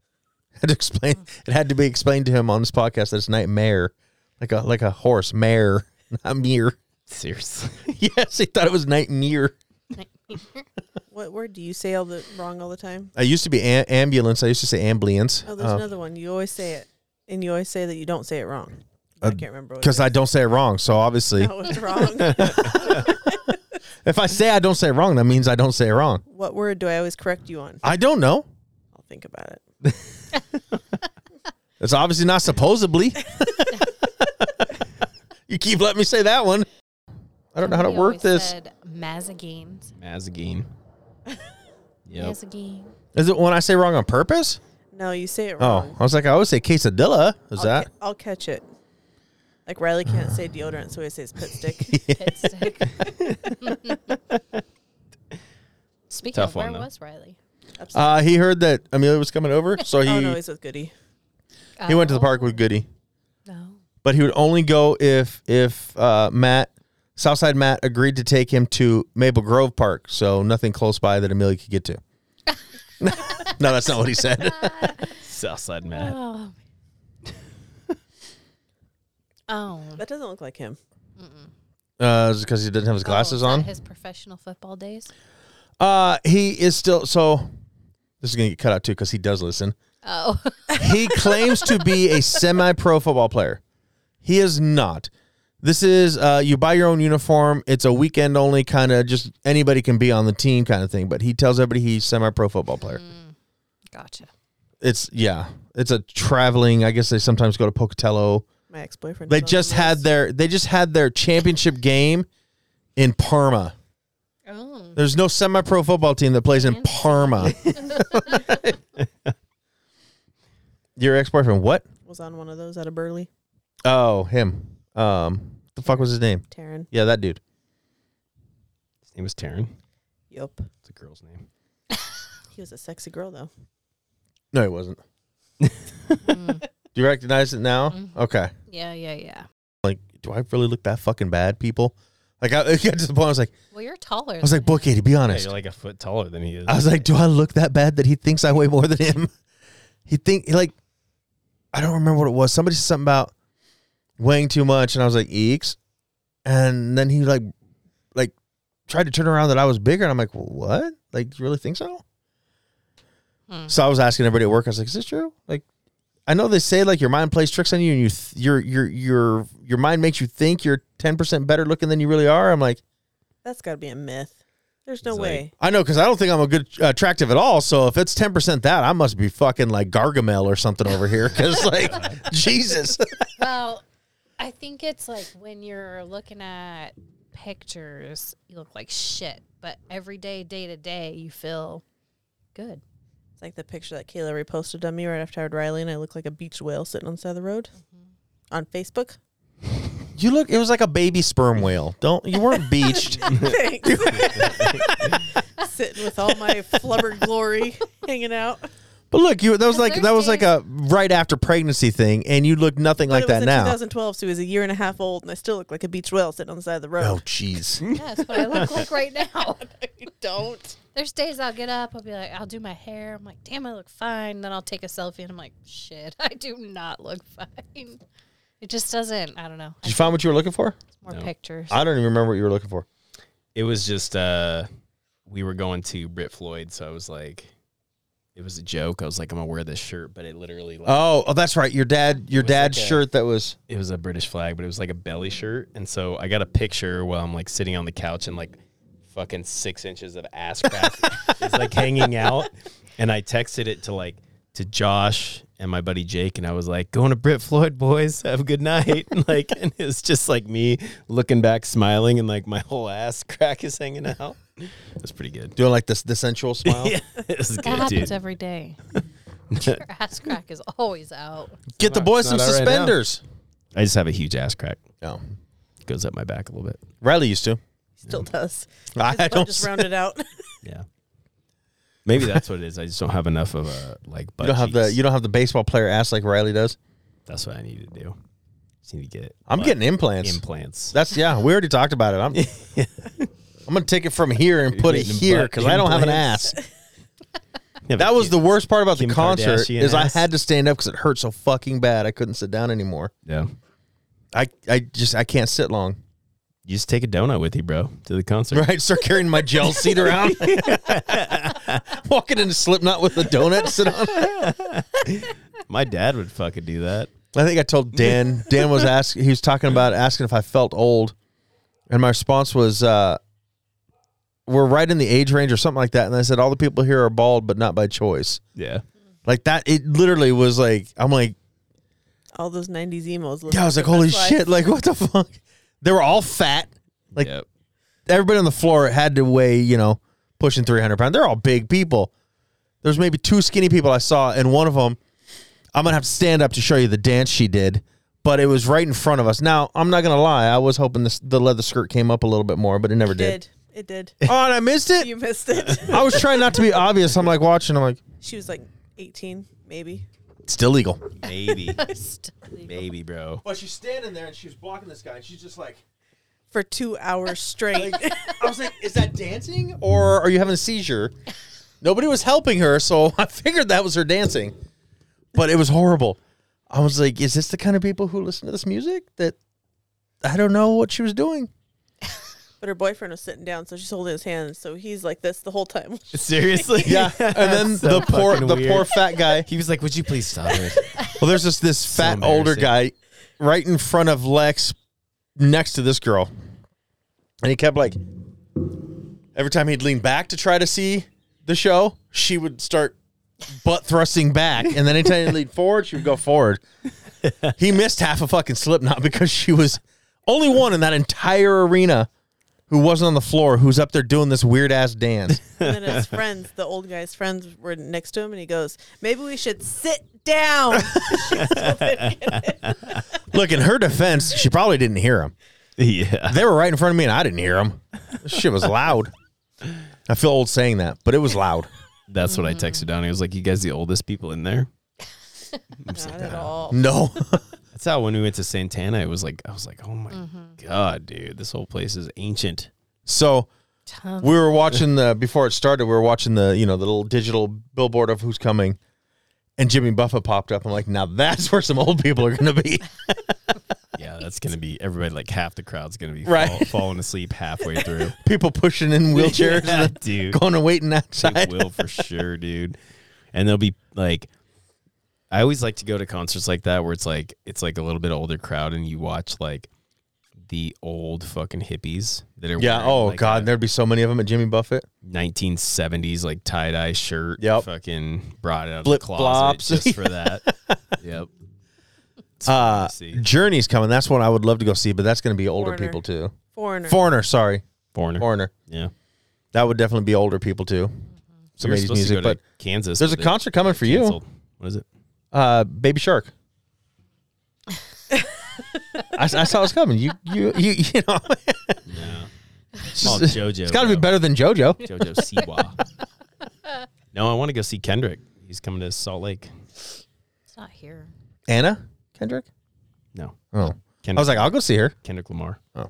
Had to explain it had to be explained to him on this podcast that it's nightmare. Like a like a horse, mare, not mere.
Seriously,
Yes, he thought it was nightmare.
Nightmare.
What word do you say all the wrong all the time?
I used to be a- ambulance. I used to say ambulance. uh,
Oh, there's another one. You always say it, and you always say that you don't say it wrong.
Uh,
I can't remember what.
because
it
I don't say it wrong. So obviously,
is. How it's wrong.
if I say I don't say it wrong, that means I don't say it wrong.
what word do I always correct you on?
I don't know.
I'll think about it.
It's obviously not supposedly. you keep letting me say that one. I don't know how to
Somebody
work
always
this.
Said Mazagaines.
Mazagine. Yep.
Mazagine.
Is it when I say wrong on purpose?
No, you say it
Oh,
wrong.
I was like, I always say quesadilla. Is
I'll
that?
ca- I'll catch it. Like Riley can't say deodorant, so he says pit stick.
Pit stick. Speaking
Tough
of, where
one, though.
was Riley?
Uh, he heard that Amelia was coming over, so he
oh no, he's with Goody.
he went to the park
Oh,
with Goody.
No.
but he would only go if if uh, Matt Southside Matt agreed to take him to Maple Grove Park, so nothing close by that Amelia could get to. no, that's not what he said.
Southside Matt.
Oh. oh.
That doesn't look like him.
Uh, because he didn't
Oh,
Oh,
have his
is
glasses
that
on.
His professional football days.
Uh, he is still so. This is gonna get cut out too because he does listen.
Oh.
He claims to be a semi-pro football player. He is not. This is uh, you buy your own uniform. It's a weekend only kind of just anybody can be on the team kind of thing. But he tells everybody he's semi pro football player.
Gotcha.
It's yeah, it's a traveling. I guess they sometimes go to Pocatello.
My ex boyfriend.
They just had their they just had their championship game in Parma.
Oh.
There's no semi pro football team that plays in Parma. Your ex boyfriend? What?
was on one of those out of Burley.
Oh, him. Um, the fuck was his name?
Taryn.
Yeah, that dude.
His name is Taryn.
Yup.
It's a girl's name.
He was a sexy girl though.
No, he wasn't. Do you recognize it now? Okay.
Hmm. Yeah, yeah, yeah.
Like, do I really look that fucking bad, people? Like, I it got to the point. I was like,
Well, you're taller.
I was like, book Katie, be honest.
you're like a foot taller than he is.
I was like, do I look that bad that he thinks I weigh more than him? He think like, I don't remember what it was. Somebody said something about weighing too much, and I was like, eeks. And then he like, like, tried to turn around that I was bigger, and I'm like, what? Like, do you really think so?
Hmm.
So I was asking everybody at work. I was like, is this true? Like, I know they say like your mind plays tricks on you, and you th- your your your your mind makes you think you're ten percent better looking than you really are. I'm like,
That's got to be a myth. There's no
It's like-
way.
I know because I don't think I'm a good uh, attractive at all. So if it's ten percent that, I must be fucking like Gargamel or something over here. Because like Jesus,
well, I think it's like when you're looking at pictures, you look like shit. But every day, day to day, you feel good.
It's like the picture that Kayla reposted on me right after I had Riley, and I look like a beach whale sitting on the side of the road on Facebook.
you look. It was like a baby sperm whale. Don't you weren't beached.
Thanks. Sitting with all my flubber glory hanging out.
but look, you that was
The
like that was like a right after pregnancy thing, and you look nothing
But
like
it was
that
in
now.
2012, so he was a year and a half old, and I still look like a beach whale sitting on the side of the
Oh
road.
jeez.
Yeah, that's what I look like right now.
You don't.
There's days I'll get up, I'll be like, I'll do my hair. I'm like, damn, I look fine. Then I'll take a selfie and I'm like, shit, I do not look fine. It just doesn't. I don't know.
Did you find what you were looking for?
More
No.
pictures.
I don't even remember what you were looking for.
it was just uh we were going to Brit Floyd, so I was like it was a joke. I was like, I'm gonna wear this shirt, but it literally like
Oh, oh, that's right. Your dad, your
was like
dad's
a-
shirt that was.
it was a British flag, but it was like a belly shirt. And so I got a picture while I'm like sitting on the couch and like fucking six inches of ass crack is like hanging out. And I texted it to like to Josh and my buddy Jake, and I was like, going to Brit Floyd, boys, have a good night. And like, and it was just like me looking back, smiling, and like my whole ass crack is hanging out. That's pretty good.
Doing like this, the sensual smile.
Yeah, it was
that
good,
happens
dude.
every day. Your ass crack is always out.
Get the
It's
boys some
not all right now.
suspenders.
I just have a huge ass crack.
No,
It goes up my back a little bit.
Oh. Riley used to.
Still does.
I
I'll
don't.
just round it out.
Yeah. Maybe that's what it is. I just don't have enough of a like. Butt
You don't have the
cheeks.
you don't have the baseball player ass like Riley does.
That's what I need to do. Just need to get.
I'm
butt
getting implants.
implants.
That's yeah. We already talked about it. I'm I'm gonna take it from here and put it
getting
here
butt
because I don't have an ass.
implants. Have a
That was the
kid.
worst part about the
Kim
concert
Kardashian
is
ass.
I had to stand up because it hurt so fucking bad. I couldn't sit down anymore.
Yeah.
I I just I can't sit long.
You just take a donut with you, bro, to the concert.
Right, start carrying my gel seat around, walking into Slipknot with a donut sit on.
My dad would fucking do that.
I think I told Dan. Dan was asking. He was talking about asking if I felt old, and my response was, uh, "We're right in the age range, or something like that." And I said, "All the people here are bald, but not by choice."
Yeah.
Like that. It literally was like, I'm like,
All those 90s emos. look
yeah, I was
their
like, holy
best life.
shit! Like, what the fuck? They were all fat. Like
Yep.
everybody on the floor had to weigh, you know, pushing 300 pounds. They're all big people. There's maybe two skinny people I saw, and one of them, I'm going to have to stand up to show you the dance she did, but it was right in front of us. Now, I'm not going to lie. I was hoping this, the leather skirt came up a little bit more, but it never
It
did.
did. It did.
Oh, and I missed it.
You missed it.
I was trying not to be obvious. I'm like watching. I'm like,
she was like 18, maybe.
still legal.
Maybe.
Still-
Maybe, bro.
But she's standing there and she was blocking this guy, and she's just like,
For two hours straight.
I was like, is that dancing or are you having a seizure? Nobody was helping her, so I figured that was her dancing. But it was horrible. I was like, is this the kind of people who listen to this music that I don't know what she was doing?
but her boyfriend was sitting down, so she's holding his hand. So he's like this the whole time.
Seriously?
and then the poor
fucking
the
weird.
poor fat guy.
He was like, "Would you please stop it?"
Well, there's this this fat older
embarrassing.
guy right in front of Lex next to this girl, and he kept like every time he'd lean back to try to see the show, she would start butt thrusting back, and then anytime he leaned forward, she would go forward. He missed half a fucking Slipknot because she was only one in that entire arena who wasn't on the floor who's up there doing this weird ass dance.
And then his friends, the old guy's friends, were next to him, and he goes, "Maybe we should sit down."
Look, in her defense, she probably didn't hear him.
Yeah.
They were right in front of me, and I didn't hear them. This shit was loud. I feel old saying that, but it was loud.
That's what I
Mm-hmm.
texted Donnie. I was like, you guys the oldest people in there?
Not at all.
No,
That's how when we went to Santana, it was like, I was like, oh my
Mm-hmm.
God, dude, this whole place is ancient.
so
Tons.
we were watching the before it started. We were watching the you know the little digital billboard of who's coming, and Jimmy Buffett popped up. I'm like, now that's where some old people are going to be.
Yeah, that's going to be everybody, like half the crowd's going to be
Right.
fall- falling asleep halfway through.
People pushing in wheelchairs,
Yeah,
and
dude.
going and waiting
It
outside.
will for sure, dude. And they'll be like, I always like to go to concerts like that where it's like it's like a little bit older crowd and you watch like the old fucking hippies that are
Yeah.
wearing,
Oh
like,
God,
a
there'd be so many of them at Jimmy Buffett.
1970s like tie dye shirt
Yep.
fucking brought out of
Flip
the closet
flops.
just for that yep It's
Uh,
fun to see.
Journey's coming. That's one I would love to go see, but that's going to be older
Foreigner.
people too.
Foreigner.
Foreigner, sorry,
foreigner
foreigner.
yeah
That would definitely be older people too. Some
We were
80s
Mm-hmm. supposed to
music,
go to
but
Kansas
there's a
but it
concert coming for you.
canceled. what is it
Uh, Baby Shark. I, I saw this coming. You, you, you, you know.
no it's
Just-
called JoJo
It's got to be
though.
better than JoJo.
JoJo Siwa no I want to go see Kendrick he's coming to Salt Lake
It's not here.
Anna Kendrick.
no
Oh, I
Kendrick,
was like, I'll go see her.
Kendrick Lamar
Oh.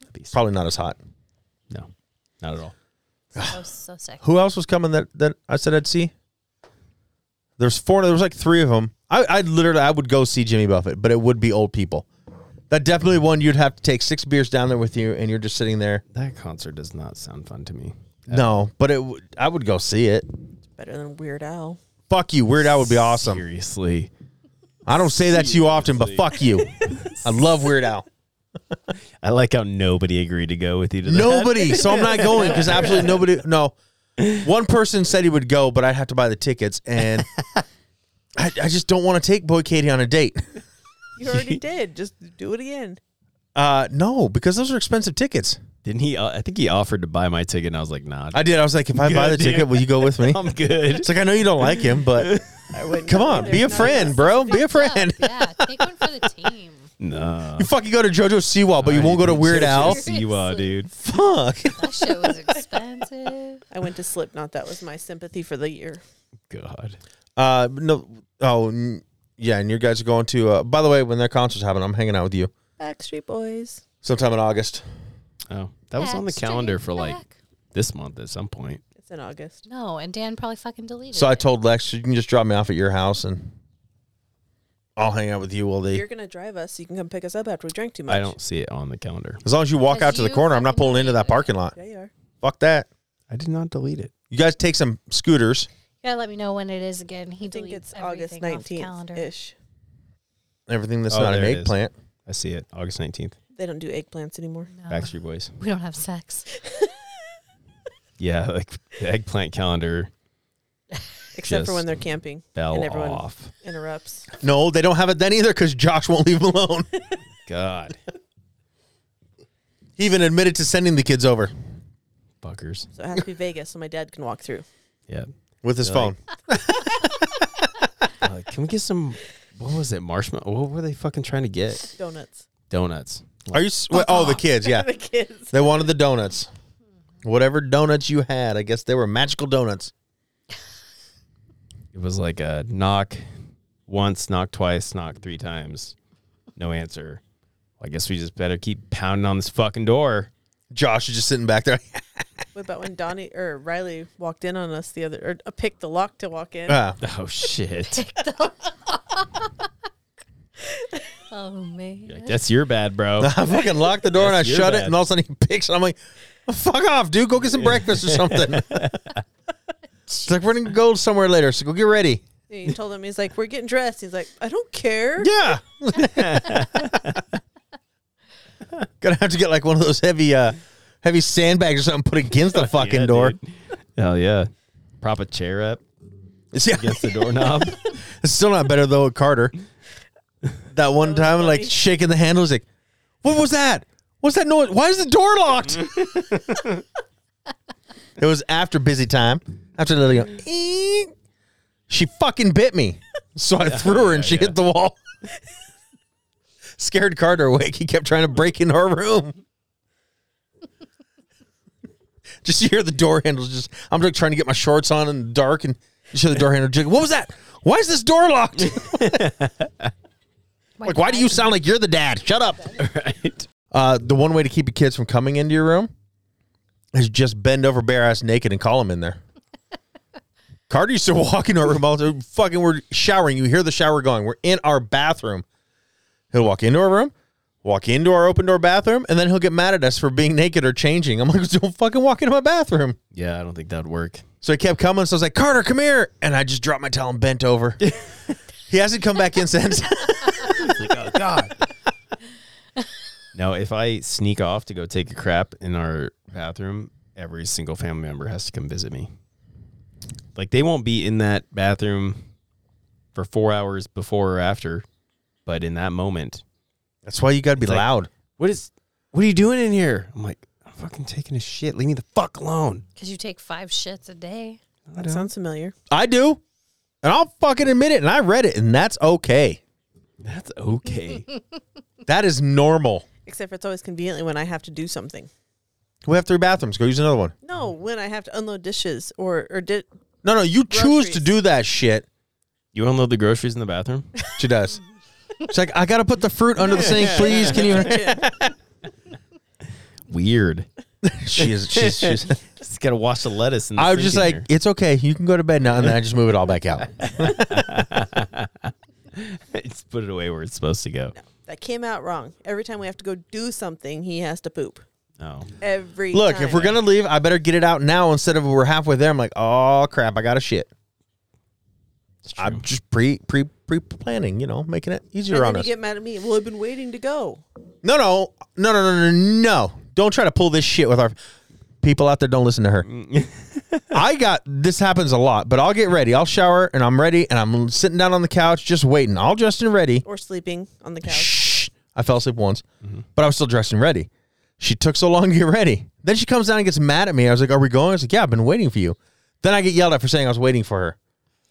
That'd be sick.
Probably not as hot.
no not at all
So so sick.
Who else was coming that that I said I'd see? There's four. There was like three of them. I, I literally I would go see Jimmy Buffett, but it would be old people. That definitely one you'd have to take six beers down there with you, and you're just sitting there.
that concert does not sound fun to me
No, but it would- I would go see it.
Better than Weird Al.
Fuck you, Weird Al would be awesome.
seriously
I don't say that to you often, but fuck you. I love Weird Al.
I like how nobody agreed to go with you to that.
Nobody. So I'm not going because absolutely nobody. No. One person said he would go, but I'd have to buy the tickets. And I, I just don't want to take Boy Katie on a date.
You already did. Just do it again.
Uh, no, because those are expensive tickets.
Didn't he? Uh, I think he offered to buy my ticket, and I was like, "Nah,
I did. I was like, if I buy the
Goddamn.
ticket, will you go with me?
I'm good."
It's like, I know you don't like him, but come on, be a friend, bro. Be a friend.
yeah, take one for the team.
nah,
You fucking go to JoJo Siwa, but you won't go to Weird Al.
Siwa, dude.
Fuck.
That shit was expensive.
I went to Slipknot. That was my sympathy for the year.
God,
Uh, no. Oh, n- yeah. And you guys are going to. Uh, by the way, when their concerts happen, I'm hanging out with you
Backstreet Boys.
sometime in August.
oh, that was on the
Backstreet
calendar for like
Back.
this month at some point.
It's in August.
No, and Dan probably fucking deleted.
So I
it.
told Lex, you can just drop me off at your house, and I'll hang out with you while they.
You're gonna drive us. so You can come pick us up after we drank too much.
I don't see it on the calendar.
As long as you walk
Because
out to the
you
corner, I'm not
fucking
pulling into that
deleted it.
parking lot.
Yeah, you are.
Fuck that.
I did not delete it.
You guys take some scooters.
You gotta let me know when it is again. He
I think
deletes
it's August
everything off the calendar.
nineteenth ish.
Everything that's
Oh,
not an
there it is.
eggplant.
I see it. August nineteenth.
They don't do eggplants anymore.
No,
Backstreet Boys.
we don't have sex.
Yeah, like the eggplant calendar
Except for
Just
when they're camping
fell
and everyone
off.
interrupts.
No, they don't have it then either because Josh won't leave him alone.
God,
he even admitted to sending the kids over
fuckers.
So it has to be Vegas so my dad can walk through.
Yeah.
with his
Really?
phone.
Uh, can we get some? What was it? Marshmallow? What were they fucking trying to get?
Donuts.
Donuts.
Are you? s- oh, the kids. Yeah,
the kids.
they wanted the donuts. Whatever donuts you had, I guess they were magical donuts.
It was like a knock once, knock twice, knock three times. No answer. Well, I guess we just better keep pounding on this fucking door.
Josh is just sitting back there.
What about when Donnie or Riley walked in on us the other or uh, picked the lock to walk in?
Ah.
Oh shit.
Oh man.
Like, That's your bad, bro.
I fucking locked the door and I
That's your
shut it,
bad.
and all of a sudden he picks. it. I'm like, "Fuck off, dude! Go get some breakfast or something." It's like we're gonna go somewhere later, so go get ready.
He told him he's like, "We're getting dressed." He's like, "I don't care."
Yeah, Gonna have to get like one of those heavy, uh, heavy sandbags or something put against the fucking
Yeah,
door.
dude. Hell yeah. Prop a chair up
It's, yeah,
against the doorknob.
it's still not better though. With Carter, that one time, like shaking the handle, he's like, "What was that? What's that noise? Why is the door locked?" it was after busy time. After the little, "Eek," she fucking bit me, so I threw her and she hit the wall. Scared Carter awake. He kept trying to break in her room. Just you hear the door handles. Just I'm like trying to get my shorts on in the dark, and you hear the door handle. jiggle. What was that? Why is this door locked? like, why do you sound like you're the dad? Shut up.
right.
Uh, the one way to keep your kids from coming into your room is just bend over bare ass naked and call them in there. Carter used to walk into our room all the time. Fucking, we're showering. You hear the shower going. We're in our bathroom. He'll walk into our room, walk into our open door bathroom, and then he'll get mad at us for being naked or changing. I'm like, don't fucking walk into my bathroom.
Yeah, I don't think that would work.
So he kept coming. So I was like, Carter, come here. And I just dropped my towel and bent over. he hasn't come back in since.
Now, if I sneak off to go take a crap in our bathroom, every single family member has to come visit me. Like they won't be in that bathroom for four hours before or after, but in that moment,
That's why you got to be
like-
loud.
what is what are you doing in here? I'm like, I'm fucking taking a shit. Leave me the fuck alone.
Because you take five shits a day.
That sounds familiar.
I do. And I'll fucking admit it. And I read it. And that's okay.
That's okay.
That is normal.
Except for it's always conveniently when I have to do something.
We have three bathrooms. Go use another one.
No, when I have to unload dishes or or di-
No, no. You choose to
Groceries.
do that shit.
you unload the groceries in the bathroom?
She does. She's like, I got to put the fruit under the sink, please. Can you?
Weird.
She is. She's, she's,
Just gotta wash the lettuce. In the
I was
sink
just
in
like,
here.
it's okay. You can go to bed now. And then I just move it all back out.
just put it away where it's supposed to go.
that came out wrong. Every time we have to go do something, he has to poop.
No.
Every
Look,
time.
if we're gonna leave, I better get it out now instead of we're halfway there. I'm like, oh crap, I got a shit. I'm just pre pre pre planning, you know, making it
and
easier
then
on
you
us.
get mad at me. Well, I've been waiting to go.
no, no, no, no, no, no, no. Don't try to pull this shit with our people out there. Don't listen to her. I got this happens a lot, but I'll get ready. I'll shower and I'm ready, and I'm sitting down on the couch just waiting, all dressed and ready.
Or sleeping on the couch.
Shh. I fell asleep once, but I was still dressed and ready. She took so long to get ready. Then she comes down and gets mad at me. I was like, Are we going? I was like, Yeah, I've been waiting for you. Then I get yelled at for saying I was waiting for her.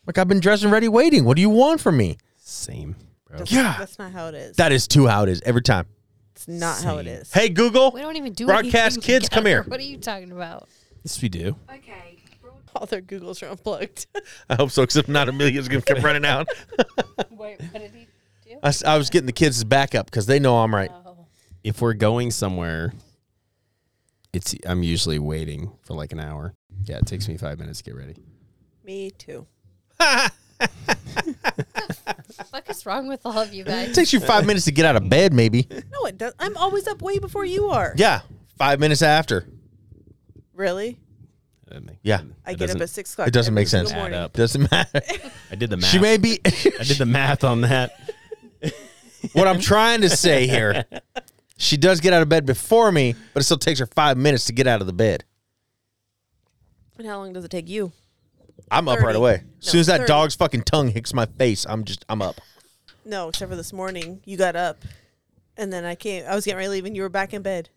Like, I've been dressed and ready waiting. What do you want from me?
Same. Bro.
That's,
Yeah.
That's not how it is.
That is too how it is every time.
That's not how it is.
Hey, Google.
We don't even do
Broadcast
anything
kids, come
together.
here.
What are you talking about?
Yes, we do.
Okay.
All their Googles are unplugged.
I hope so, because if not, Amelia's going to come running out.
Wait, what did he do?
I, s- I was getting the kids' back up because they know I'm right.
If we're going somewhere, it's I'm usually waiting for like an hour. Yeah, it takes me five minutes to get ready.
me too.
What is wrong with all of you
It
guys?
takes you five minutes to get out of bed, maybe.
No, it does. I'm always up way before you are.
Yeah, five minutes after.
Really?
That make-
Yeah.
that
I get up
doesn't
at six o'clock.
It doesn't
every
make
single
sense.
morning.
Add up.
Doesn't matter.
I did the math.
She may be.
I did the math on that.
what I'm trying to say here, she does get out of bed before me, but it still takes her five minutes to get out of the bed.
And how long does it take you?
I'm up
30.
right away. As
No,
soon as that
30.
dog's fucking tongue hicks my face, I'm just I'm up.
No, except for this morning, you got up, and then I came. I was getting ready to leave, and you were back in bed.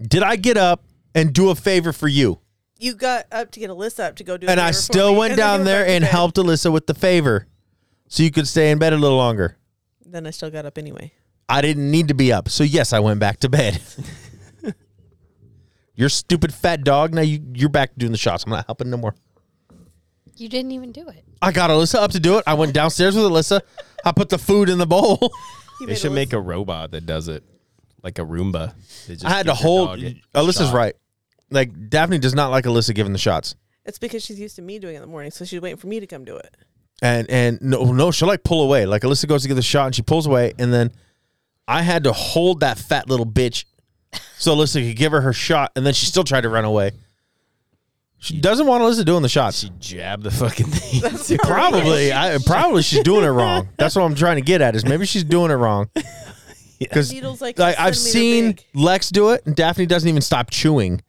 Did I get up and do a favor for you?
You got up to get Alyssa up to go do. a
And I
favor for
still
me,
went
and then you
down
were
there
back in
and
bed.
helped Alyssa with the favor, so you could stay in bed a little longer.
Then I still got up anyway.
I didn't need to be up, so yes, I went back to bed. Your stupid fat dog. Now you you're back doing the shots. I'm not helping no more.
You didn't even do it.
I got Alyssa up to do it. I went downstairs with Alyssa. I put the food in the bowl.
You
They
made
should
Alyssa-
make a robot that does it, like a Roomba. They just
I had to
give your
hold.
dog a
Alyssa's
shot.
right. Like Daphne does not like Alyssa giving the shots,
It's because she's used to me doing it in the morning, so she's waiting for me to come do it.
and and no no she'll like pull away. Like Alyssa goes to get the shot and she pulls away, and then I had to hold that fat little bitch so Alyssa could give her her shot, and then she still tried to run away. She doesn't want Alyssa doing the shots.
She jabbed the fucking thing. into her-
Probably, I probably she's doing it wrong. That's what I'm trying to get at. Is maybe she's doing it wrong. Because
Needles like,
like
a
I've
centimeter
seen
big.
Lex do it, and Daphne doesn't even stop chewing.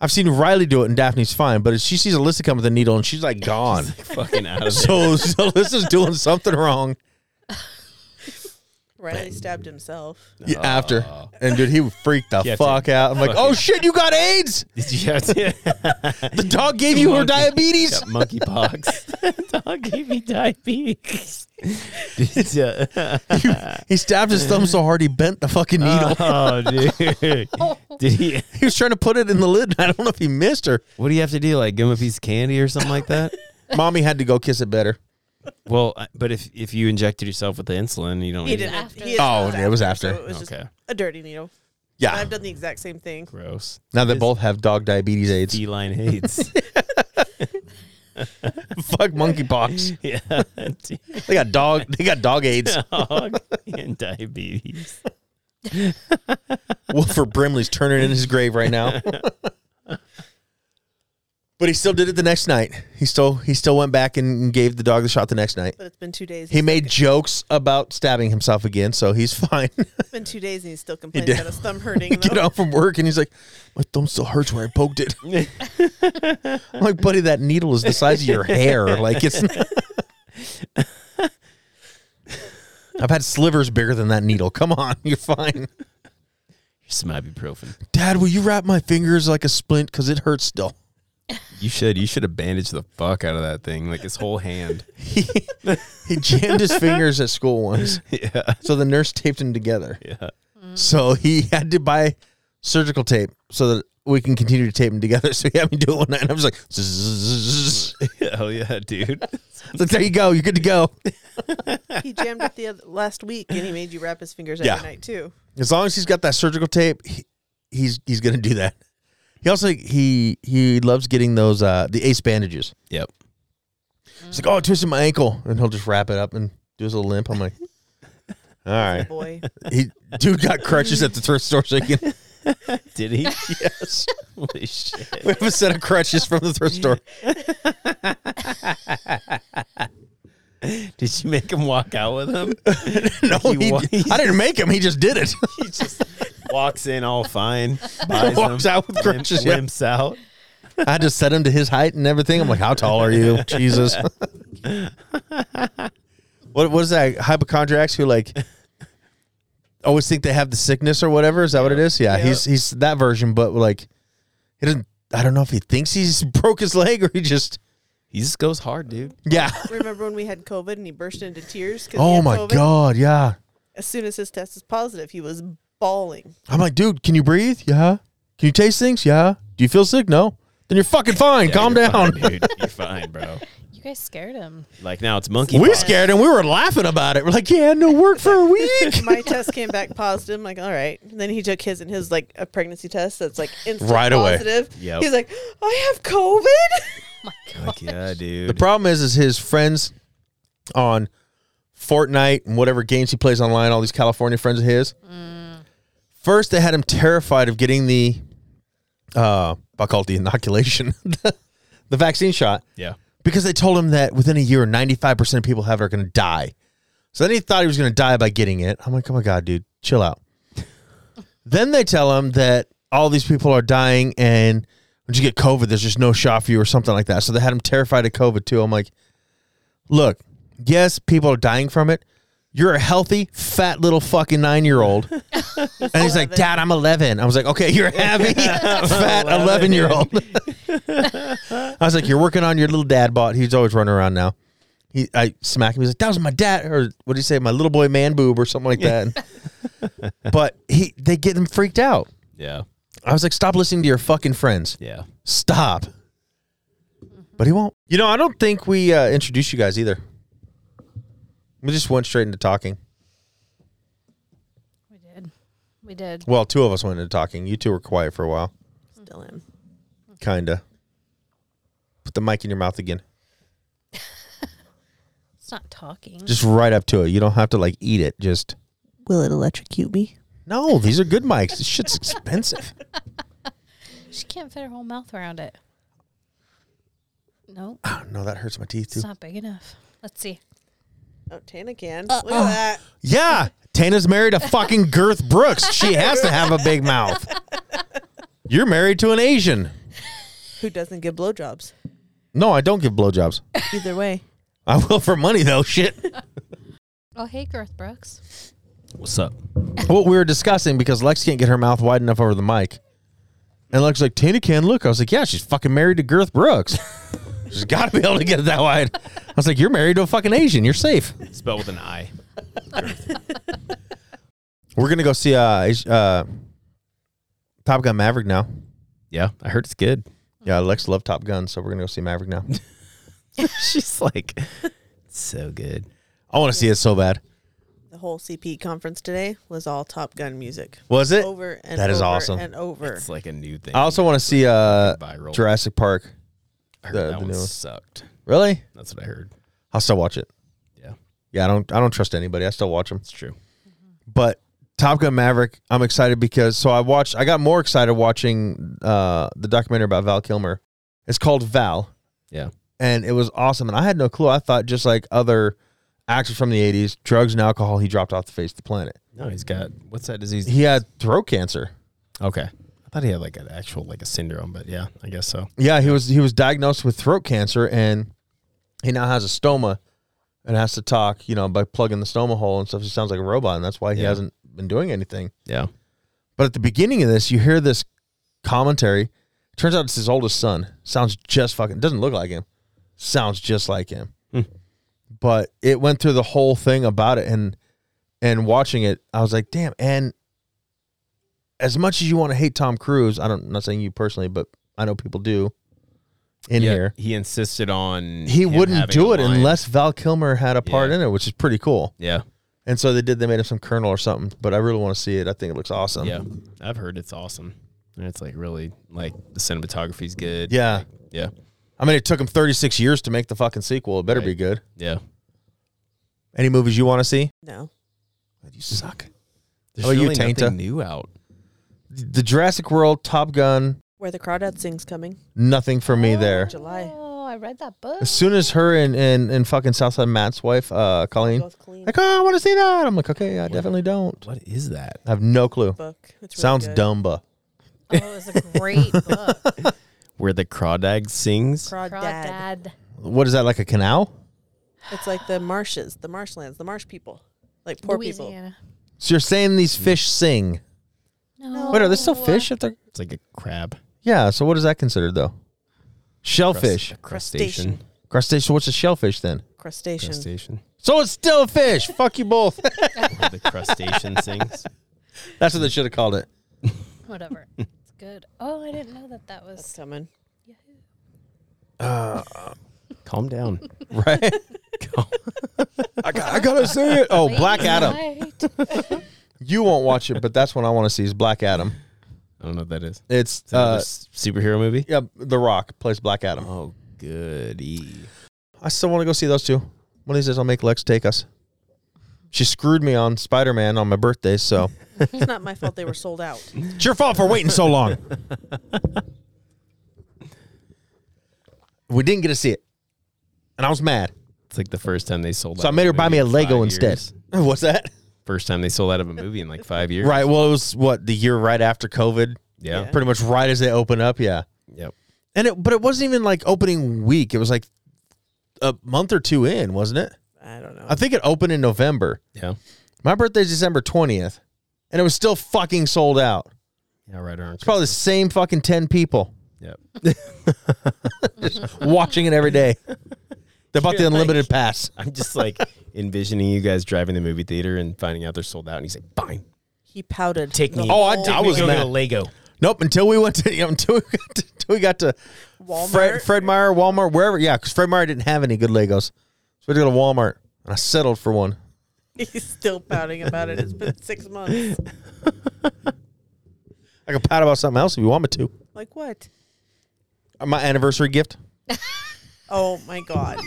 I've seen Riley do it, and Daphne's fine. But if she sees Alyssa come with a needle, and she's like gone.
fucking out of it.
so, so Alyssa's doing something wrong
Riley stabbed himself.
yeah, after. And dude, he freaked the
Yeah, dude.
fuck out. I'm like, oh shit, you got AIDS.
Did you have to?
The dog gave you her
Monkey.
diabetes.
Got monkeypox. Dog gave me diabetes. Did you?
He stabbed his thumb so hard he bent the fucking needle.
Oh, dude. Did he?
He was trying to put it in the lid. and I don't know if he missed her.
What do you have to do? Like give him a piece of candy or something like that?
Mommy had to go kiss it better.
Well, I- but if if you injected yourself with the insulin, you don't.
He
need
didn't.
after
he
the
Oh,
fact.
it was after.
So it was
Okay.
just a dirty needle.
Yeah.
I've done the exact same thing.
Gross.
Now they
It's
both have dog diabetes AIDS.
Feline hates.
Fuck monkeypox.
yeah. dude.
They got dog. They got dog AIDS.
Dog and diabetes.
Wilford Brimley's turning in his grave right now. but he still did it the next night. He still he still went back and gave the dog the shot the next night.
But it's been two days.
He made jokes about stabbing himself again, so he's fine.
It's been two days and he still complains
did.
about his thumb hurting.
I get
though.
out from work and he's like, my thumb still hurts where I poked it. I'm like, buddy, that needle is the size of your hair. Like it's. I've had slivers bigger than that needle. Come on, you're fine.
Some ibuprofen.
Dad, will you wrap my fingers like a splint because it hurts still?
You should. You should have bandaged the fuck out of that thing, like his whole hand.
He, he jammed his fingers at school once,
yeah.
so the nurse taped him together.
Yeah.
So he had to buy surgical tape so that we can continue to tape them together. So he had me do it one night, and I was like, "Zzzz."
Hell yeah, dude.
It's like, there you go, you're good to go.
he jammed it the other, last week and he made you wrap his fingers
Yeah.
every night too.
As long as he's got that surgical tape, he, he's he's gonna do that. He also he he loves getting those uh the ace bandages.
Yep.
He's like, oh, I twisted my ankle, and he'll just wrap it up and do his little limp. I'm like, all right.
Boy,
He dude got crutches at the thrift store, so he can.
Did he?
Yes,
Holy shit.
we have a set of crutches from the thrift store.
Did you make him walk out with him?
No,
He
he,
wa-
I didn't make him. He just did it.
he just walks in all fine, buys
Walks
them,
out with
lim-
crutches, yeah.
limps out.
I just set him to his height and everything. I'm like, how tall are you? Jesus. what was that? Hypochondriacs who like always think they have the sickness or whatever. Is that what it is? Yeah, he's he's that version, but like he doesn't. I don't know if he thinks he's broke his leg or he just
He just goes hard, dude.
yeah.
remember when we had COVID and he burst into tears? 'cause he
Oh
had
my
COVID?
god, yeah.
As soon as his test is positive, he was bawling.
I'm like, dude, can you breathe? Yeah. Can you taste things? Yeah. Do you feel sick? No. Then you're fucking fine.
Yeah,
Calm
you're
down.
fine, dude. You're fine, bro.
You guys scared him.
Like now it's monkey.
We
pox.
scared and we were laughing about it. We're like, yeah, no work for a week.
My test came back positive. I'm like, all right. And then he took his and his like a pregnancy test that's like instant
Right away.
positive.
Yep.
He's like, I have COVID.
Fuck yeah, dude.
The problem is, is his friends on Fortnite and whatever games he plays online. All these California friends of his. First, they had him terrified of getting the, uh, I call it the inoculation, the vaccine shot,
yeah.
because they told him that within a year, ninety five percent of people have it are going to die. So then he thought he was going to die by getting it. I'm like, oh my god, dude, chill out. then they tell him that all these people are dying, and when you get COVID, there's just no shot for you or something like that. So they had him terrified of COVID too. I'm like, look, yes, people are dying from it. You're a healthy, fat little fucking nine year old. and he's like, Dad, I'm 11. I was like, okay, you're a happy, fat 11 year old. I was like, you're working on your little dad bot. He's always running around now. He, I smack him. He's like, that was my dad. Or what do you say? My little boy man boob or something like that. but he, they get him freaked out.
Yeah.
I was like, stop listening to your fucking friends.
Yeah.
Stop. But he won't. You know, I don't think we uh, introduced you guys either. We just went straight into talking.
We did. We did.
Well, two of us went into talking. You two were quiet for a while.
Still am.
Kinda. Put the mic in your mouth again.
It's not talking.
Just right up to it. You don't have to like eat it. Just
Will it electrocute me?
no. These are good mics. This shit's expensive.
she can't fit her whole mouth around it. Nope.
Oh, no, that hurts my teeth too.
It's not big enough. Let's see.
Oh, Tana can. Look at that.
Yeah, Tana's married to fucking Girth Brooks. She has to have a big mouth. You're married to an Asian.
Who doesn't give blowjobs?
No, I don't give blowjobs.
Either way.
I will for money though. Shit.
Oh, hey, Girth Brooks.
What's up?
what we were discussing because Lex can't get her mouth wide enough over the mic. And Lex was like, Tina can look. I was like, yeah, she's fucking married to Girth Brooks. she's got to be able to get it that wide. I was like, you're married to a fucking Asian. You're safe.
Spelled with an I.
We're going to go see uh, Asi- uh, Top Gun Maverick now.
Yeah, I heard it's good.
Yeah, Lex loved Top Gun, so we're going to go see Maverick now.
She's like, so good.
I want to see it so bad.
The whole CP conference today was all Top Gun music.
Was it?
Over and
That
over
is awesome.
and over.
It's like a new thing.
I also want to see uh,
viral.
Jurassic Park.
I heard
the-
that
the
one
new one.
sucked.
Really?
That's what I heard.
I'll still watch it.
Yeah.
Yeah, I don't I don't trust anybody. I still watch them.
It's true.
but Top Gun Maverick, I'm excited because so I watched. I got more excited watching uh, the documentary about Val Kilmer. It's called Val.
Yeah.
and it was awesome. And I had no clue. I thought just like other actors from the '80s, drugs and alcohol, he dropped off the face of the planet.
No, he's got what's that disease?
He had throat cancer.
okay. I thought he had like an actual like a syndrome, but yeah, I guess so.
Yeah, he was he was diagnosed with throat cancer, and he now has a stoma, and has to talk. You know, by plugging the stoma hole and stuff. He sounds like a robot, and that's why he
Yeah.
hasn't been doing anything.
Yeah.
But at the beginning of this, you hear this commentary. Turns out it's his oldest son. Sounds just fucking doesn't look like him. Sounds just like him.
Hmm.
But it went through the whole thing about it and and watching it, I was like, damn. And as much as you want to hate Tom Cruise, I don't I'm not saying you personally, but I know people do in
Yeah,
here.
he insisted on
He
him
wouldn't
having
do
a
it
line.
unless Val Kilmer had a part
Yeah.
in it, which is pretty cool.
Yeah,
And so they did. They made him some colonel or something. But I really want to see it. I think it looks awesome.
yeah. I've heard it's awesome, and it's like really like the cinematography's good.
Yeah.
yeah,
I mean, it took him 36 years to make the fucking sequel. It better be
Right.
good.
yeah.
Any movies you want to see?
No.
You suck.
Oh, you tainter.
new out.
The Jurassic World, Top Gun,
Where the Crawdad Sings coming.
nothing for me there.
July.
Oh, I read that book.
As soon as her and, and, and fucking Southside Matt's wife, uh, Colleen,
Both clean.
like, oh, I want to see that. I'm like, okay, I definitely don't.
What is that?
I have no clue.
book. It's really
Sounds
good.
dumb, but
Oh, it was a great book.
Where the crawdag sings?
Crawdad.
Crawdad.
what is that, like a canal?
It's like the marshes, the marshlands, the marsh people. Like poor people.
Louisiana.
So you're saying
Mm.
these fish sing.
No.
Wait, are there still fish? If they're...
It's like a crab
Yeah, so what is that considered, though? Shellfish.
Crust- crustacean.
Crustacean. What's a shellfish then?
Crustacean.
Crustacean.
So it's still a fish. Fuck you both.
Where the crustacean sings.
That's what they should have called it.
Whatever. It's good. Oh, I didn't know that that
It's
was.
coming.
Calm down.
right? I, got, I gotta say it. Oh, Black Adam.
Right.
You won't watch it, but that's what I want to see is Black Adam.
I don't know what that is.
It's
It's another
uh,
s- superhero movie.
yeah, The Rock plays Black Adam.
Oh, goody.
I still want to go see those two. One of these days, I'll make Lex take us. She screwed me on Spider Man on my birthday, so
It's not my fault they were sold out.
it's your fault for waiting so long. we didn't get to see it, and I was mad.
It's like the first time they sold.
So
out
I made
of
her buy
movie
me a
in
Lego
five
instead.
years.
What's that?
First time they sold out of a movie in like five years.
Right. Well, it was what the year right after COVID.
Yeah.
Yeah.
Pretty much right as they open up. Yeah.
Yep.
And it, but it wasn't even like opening week. It was like a month or two in, wasn't it?
I don't know.
I think it opened in November.
Yeah.
My birthday's December twentieth, and it was still fucking sold out.
Yeah. Right on.
It's probably the same fucking ten people
Yep.
watching it every day. They bought the unlimited pass.
I'm just like envisioning you guys driving to the movie theater and finding out they're sold out, and he's like, "Fine,
He pouted.
take
the
me."
Oh, I-
whole
I was
go
mad.
get a Lego.
Nope. Until we went to you know, until we got to, until we got to
Walmart.
Fred, Fred Meyer, Walmart, wherever. Yeah, because Fred Meyer didn't have any good Legos, so we had to go to Walmart, and I settled for one.
He's still pouting about it. It's been six months.
I can pout about something else if you want me to.
Like what?
Uh, My anniversary gift.
Oh my god.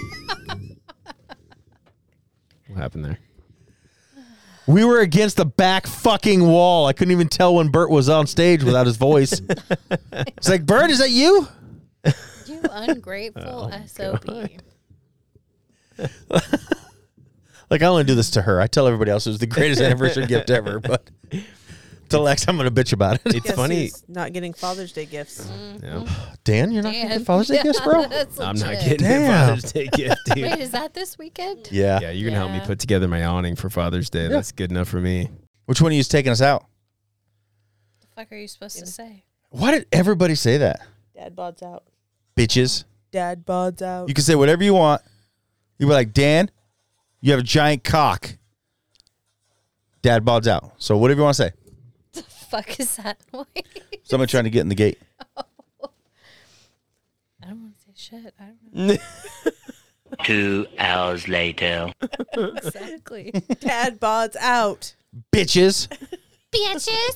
What happened there?
We were against the back fucking wall. I couldn't even tell when Bert was on stage without his voice. it's like, Bert, is that you? Oh
You ungrateful SOB.
Like I only do this to her. I tell everybody else it was the greatest anniversary gift ever, but to Lex, I'm gonna bitch about it.
It's
Guess
funny.
who's Not getting Father's Day gifts.
No,
Dan, you're not gonna get Father's Day gifts, bro.
I'm not
legit.
getting a
Damn.
Father's Day gift, dude.
Wait, is that this weekend?
Yeah.
yeah, you're gonna help me
Yeah.
put together my awning for Father's Day. That's good enough for me.
Which one of you is taking us out?
The fuck are you supposed to say?
Why did everybody say that?
Dad bods out.
Bitches.
Dad bods out.
You can say whatever you want. You were like, Dan, you have a giant cock. Dad bods out. So whatever you want to say.
Fuck is that noise?
Somebody trying to get in the gate.
I don't want to say shit. I don't know
Two hours later.
exactly.
Dad bods out.
Bitches.
Bitches.